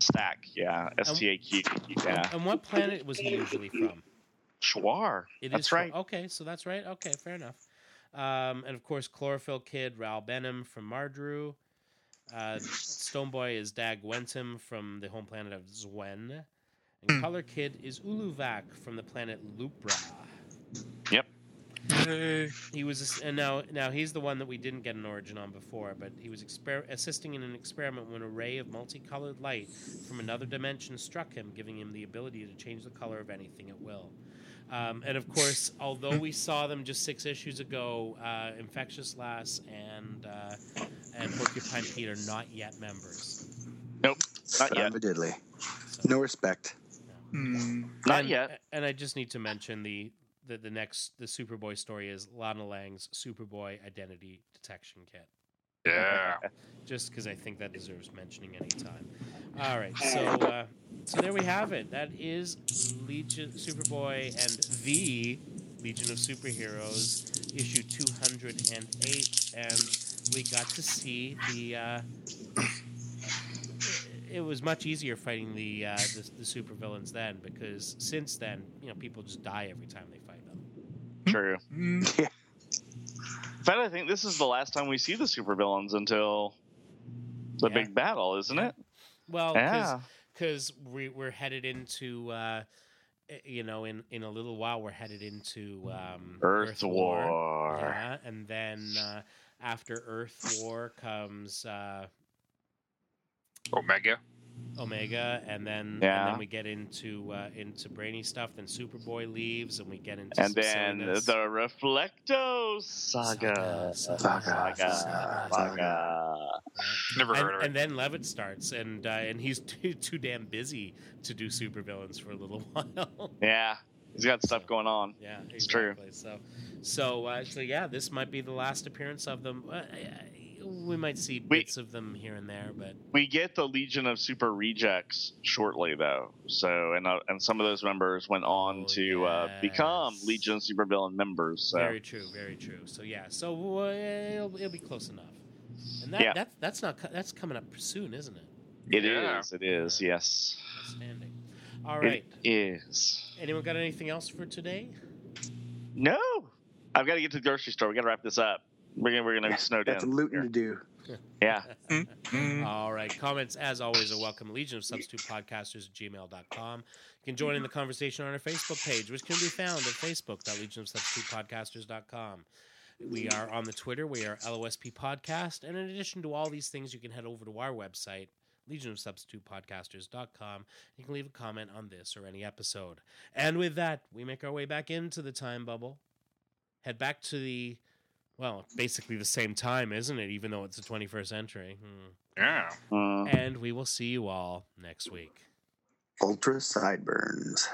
[SPEAKER 2] Stack, yeah. S T A Q. Yeah.
[SPEAKER 1] And what planet was he usually from?
[SPEAKER 2] Schwar.
[SPEAKER 1] It is
[SPEAKER 2] That's
[SPEAKER 1] from-
[SPEAKER 2] right.
[SPEAKER 1] Okay, so that's right. Okay, fair enough. Um, and of course, Chlorophyll Kid, Raul Benham from Mardru. Uh, Stoneboy is Dag Wentum from the home planet of Zwen.
[SPEAKER 2] Hmm.
[SPEAKER 1] And Color Kid is Uluvak from the planet Lupra.
[SPEAKER 3] Yay.
[SPEAKER 1] He was, and now now he's the one that we didn't get an origin on before, but he was exper- assisting in an experiment when a ray of multicolored light from another dimension struck him, giving him the ability to change the color of anything at will. Um, and of course, although we saw them just six issues ago, uh, Infectious Lass and uh, and Porcupine Pete are not yet members.
[SPEAKER 2] Not yet.
[SPEAKER 5] Diddly.
[SPEAKER 1] So.
[SPEAKER 5] No respect.
[SPEAKER 3] Hmm.
[SPEAKER 2] Not
[SPEAKER 1] and,
[SPEAKER 2] yet.
[SPEAKER 1] And I just need to mention the, the the next the Superboy story is Lana Lang's Superboy Identity Detection Kit.
[SPEAKER 3] Yeah.
[SPEAKER 1] just because I think that deserves mentioning any time. All right, so uh, so there we have it. That is Legion Superboy and the Legion of Superheroes, issue two hundred and eight, and we got to see the. Uh, it was much easier fighting the uh, the, the supervillains then because since then, you know, people just die every time they fight them.
[SPEAKER 2] True.
[SPEAKER 3] Hmm.
[SPEAKER 2] In fact, I think this is the last time we see the supervillains until the
[SPEAKER 1] Yeah.
[SPEAKER 2] big battle, isn't it?
[SPEAKER 1] Well, 'cause-
[SPEAKER 2] Yeah.
[SPEAKER 1] because we, we're headed into uh, i- you know in, in a little while we're headed into um,
[SPEAKER 2] Earth, War.
[SPEAKER 1] Yeah, and then uh, after Earth War comes uh,
[SPEAKER 3] Omega.
[SPEAKER 1] Omega, and then and
[SPEAKER 2] Yeah.
[SPEAKER 1] then we get into uh, into brainy stuff. Then Superboy leaves, and we get into
[SPEAKER 2] And
[SPEAKER 1] some
[SPEAKER 2] then
[SPEAKER 1] silliness.
[SPEAKER 2] the Reflecto Saga.
[SPEAKER 1] Saga,
[SPEAKER 2] Saga.
[SPEAKER 1] saga,
[SPEAKER 2] Saga.
[SPEAKER 3] Never
[SPEAKER 1] and,
[SPEAKER 3] heard of it.
[SPEAKER 1] and then Levitt starts, and uh, and he's too, too damn busy to do supervillains for a little while.
[SPEAKER 2] Yeah. He's got stuff going on.
[SPEAKER 1] Yeah, exactly.
[SPEAKER 2] It's
[SPEAKER 1] So,
[SPEAKER 2] true.
[SPEAKER 1] so, uh, so yeah, this might be the last appearance of them. Uh, I- I- we might see
[SPEAKER 2] We-
[SPEAKER 1] bits of them here and there, but
[SPEAKER 2] We get the Legion of Super Rejects shortly, though. So, and uh, and some of those members went on
[SPEAKER 1] Oh,
[SPEAKER 2] to uh, become
[SPEAKER 1] yes.
[SPEAKER 2] Legion of Supervillain members. So,
[SPEAKER 1] very true, very true. So yeah, so uh, it'll, it'll be close enough. And that,
[SPEAKER 2] Yeah.
[SPEAKER 1] that that's not co- that's coming up soon, isn't it?
[SPEAKER 2] it is.
[SPEAKER 3] Yeah.
[SPEAKER 2] It is. Yes.
[SPEAKER 1] Outstanding. All right.
[SPEAKER 2] It is.
[SPEAKER 1] Anyone got anything else for today?
[SPEAKER 2] No, I've got to get to the grocery store. We got to wrap this up. We're gonna we're gonna snow
[SPEAKER 5] That's
[SPEAKER 2] down.
[SPEAKER 5] looting to
[SPEAKER 2] here.
[SPEAKER 5] do.
[SPEAKER 2] Yeah.
[SPEAKER 3] Hmm.
[SPEAKER 1] All right. Comments, as always, are welcome. Legion of Substitute Podcasters at gmail.com. You can join in the conversation on our Facebook page, which can be found at facebook.legionofsubstitutepodcasters.com. We are on the Twitter. We are LOSP Podcast. And in addition to all these things, you can head over to our website, legionofsubstitutepodcasters.com. You can leave a comment on this or any episode. And with that, we make our way back into the time bubble. Head back to the, well, basically the same time, isn't it? Even though it's the 21st century. Hmm.
[SPEAKER 3] Yeah.
[SPEAKER 2] Mm.
[SPEAKER 1] And we will see you all next week.
[SPEAKER 5] Ultra sideburns.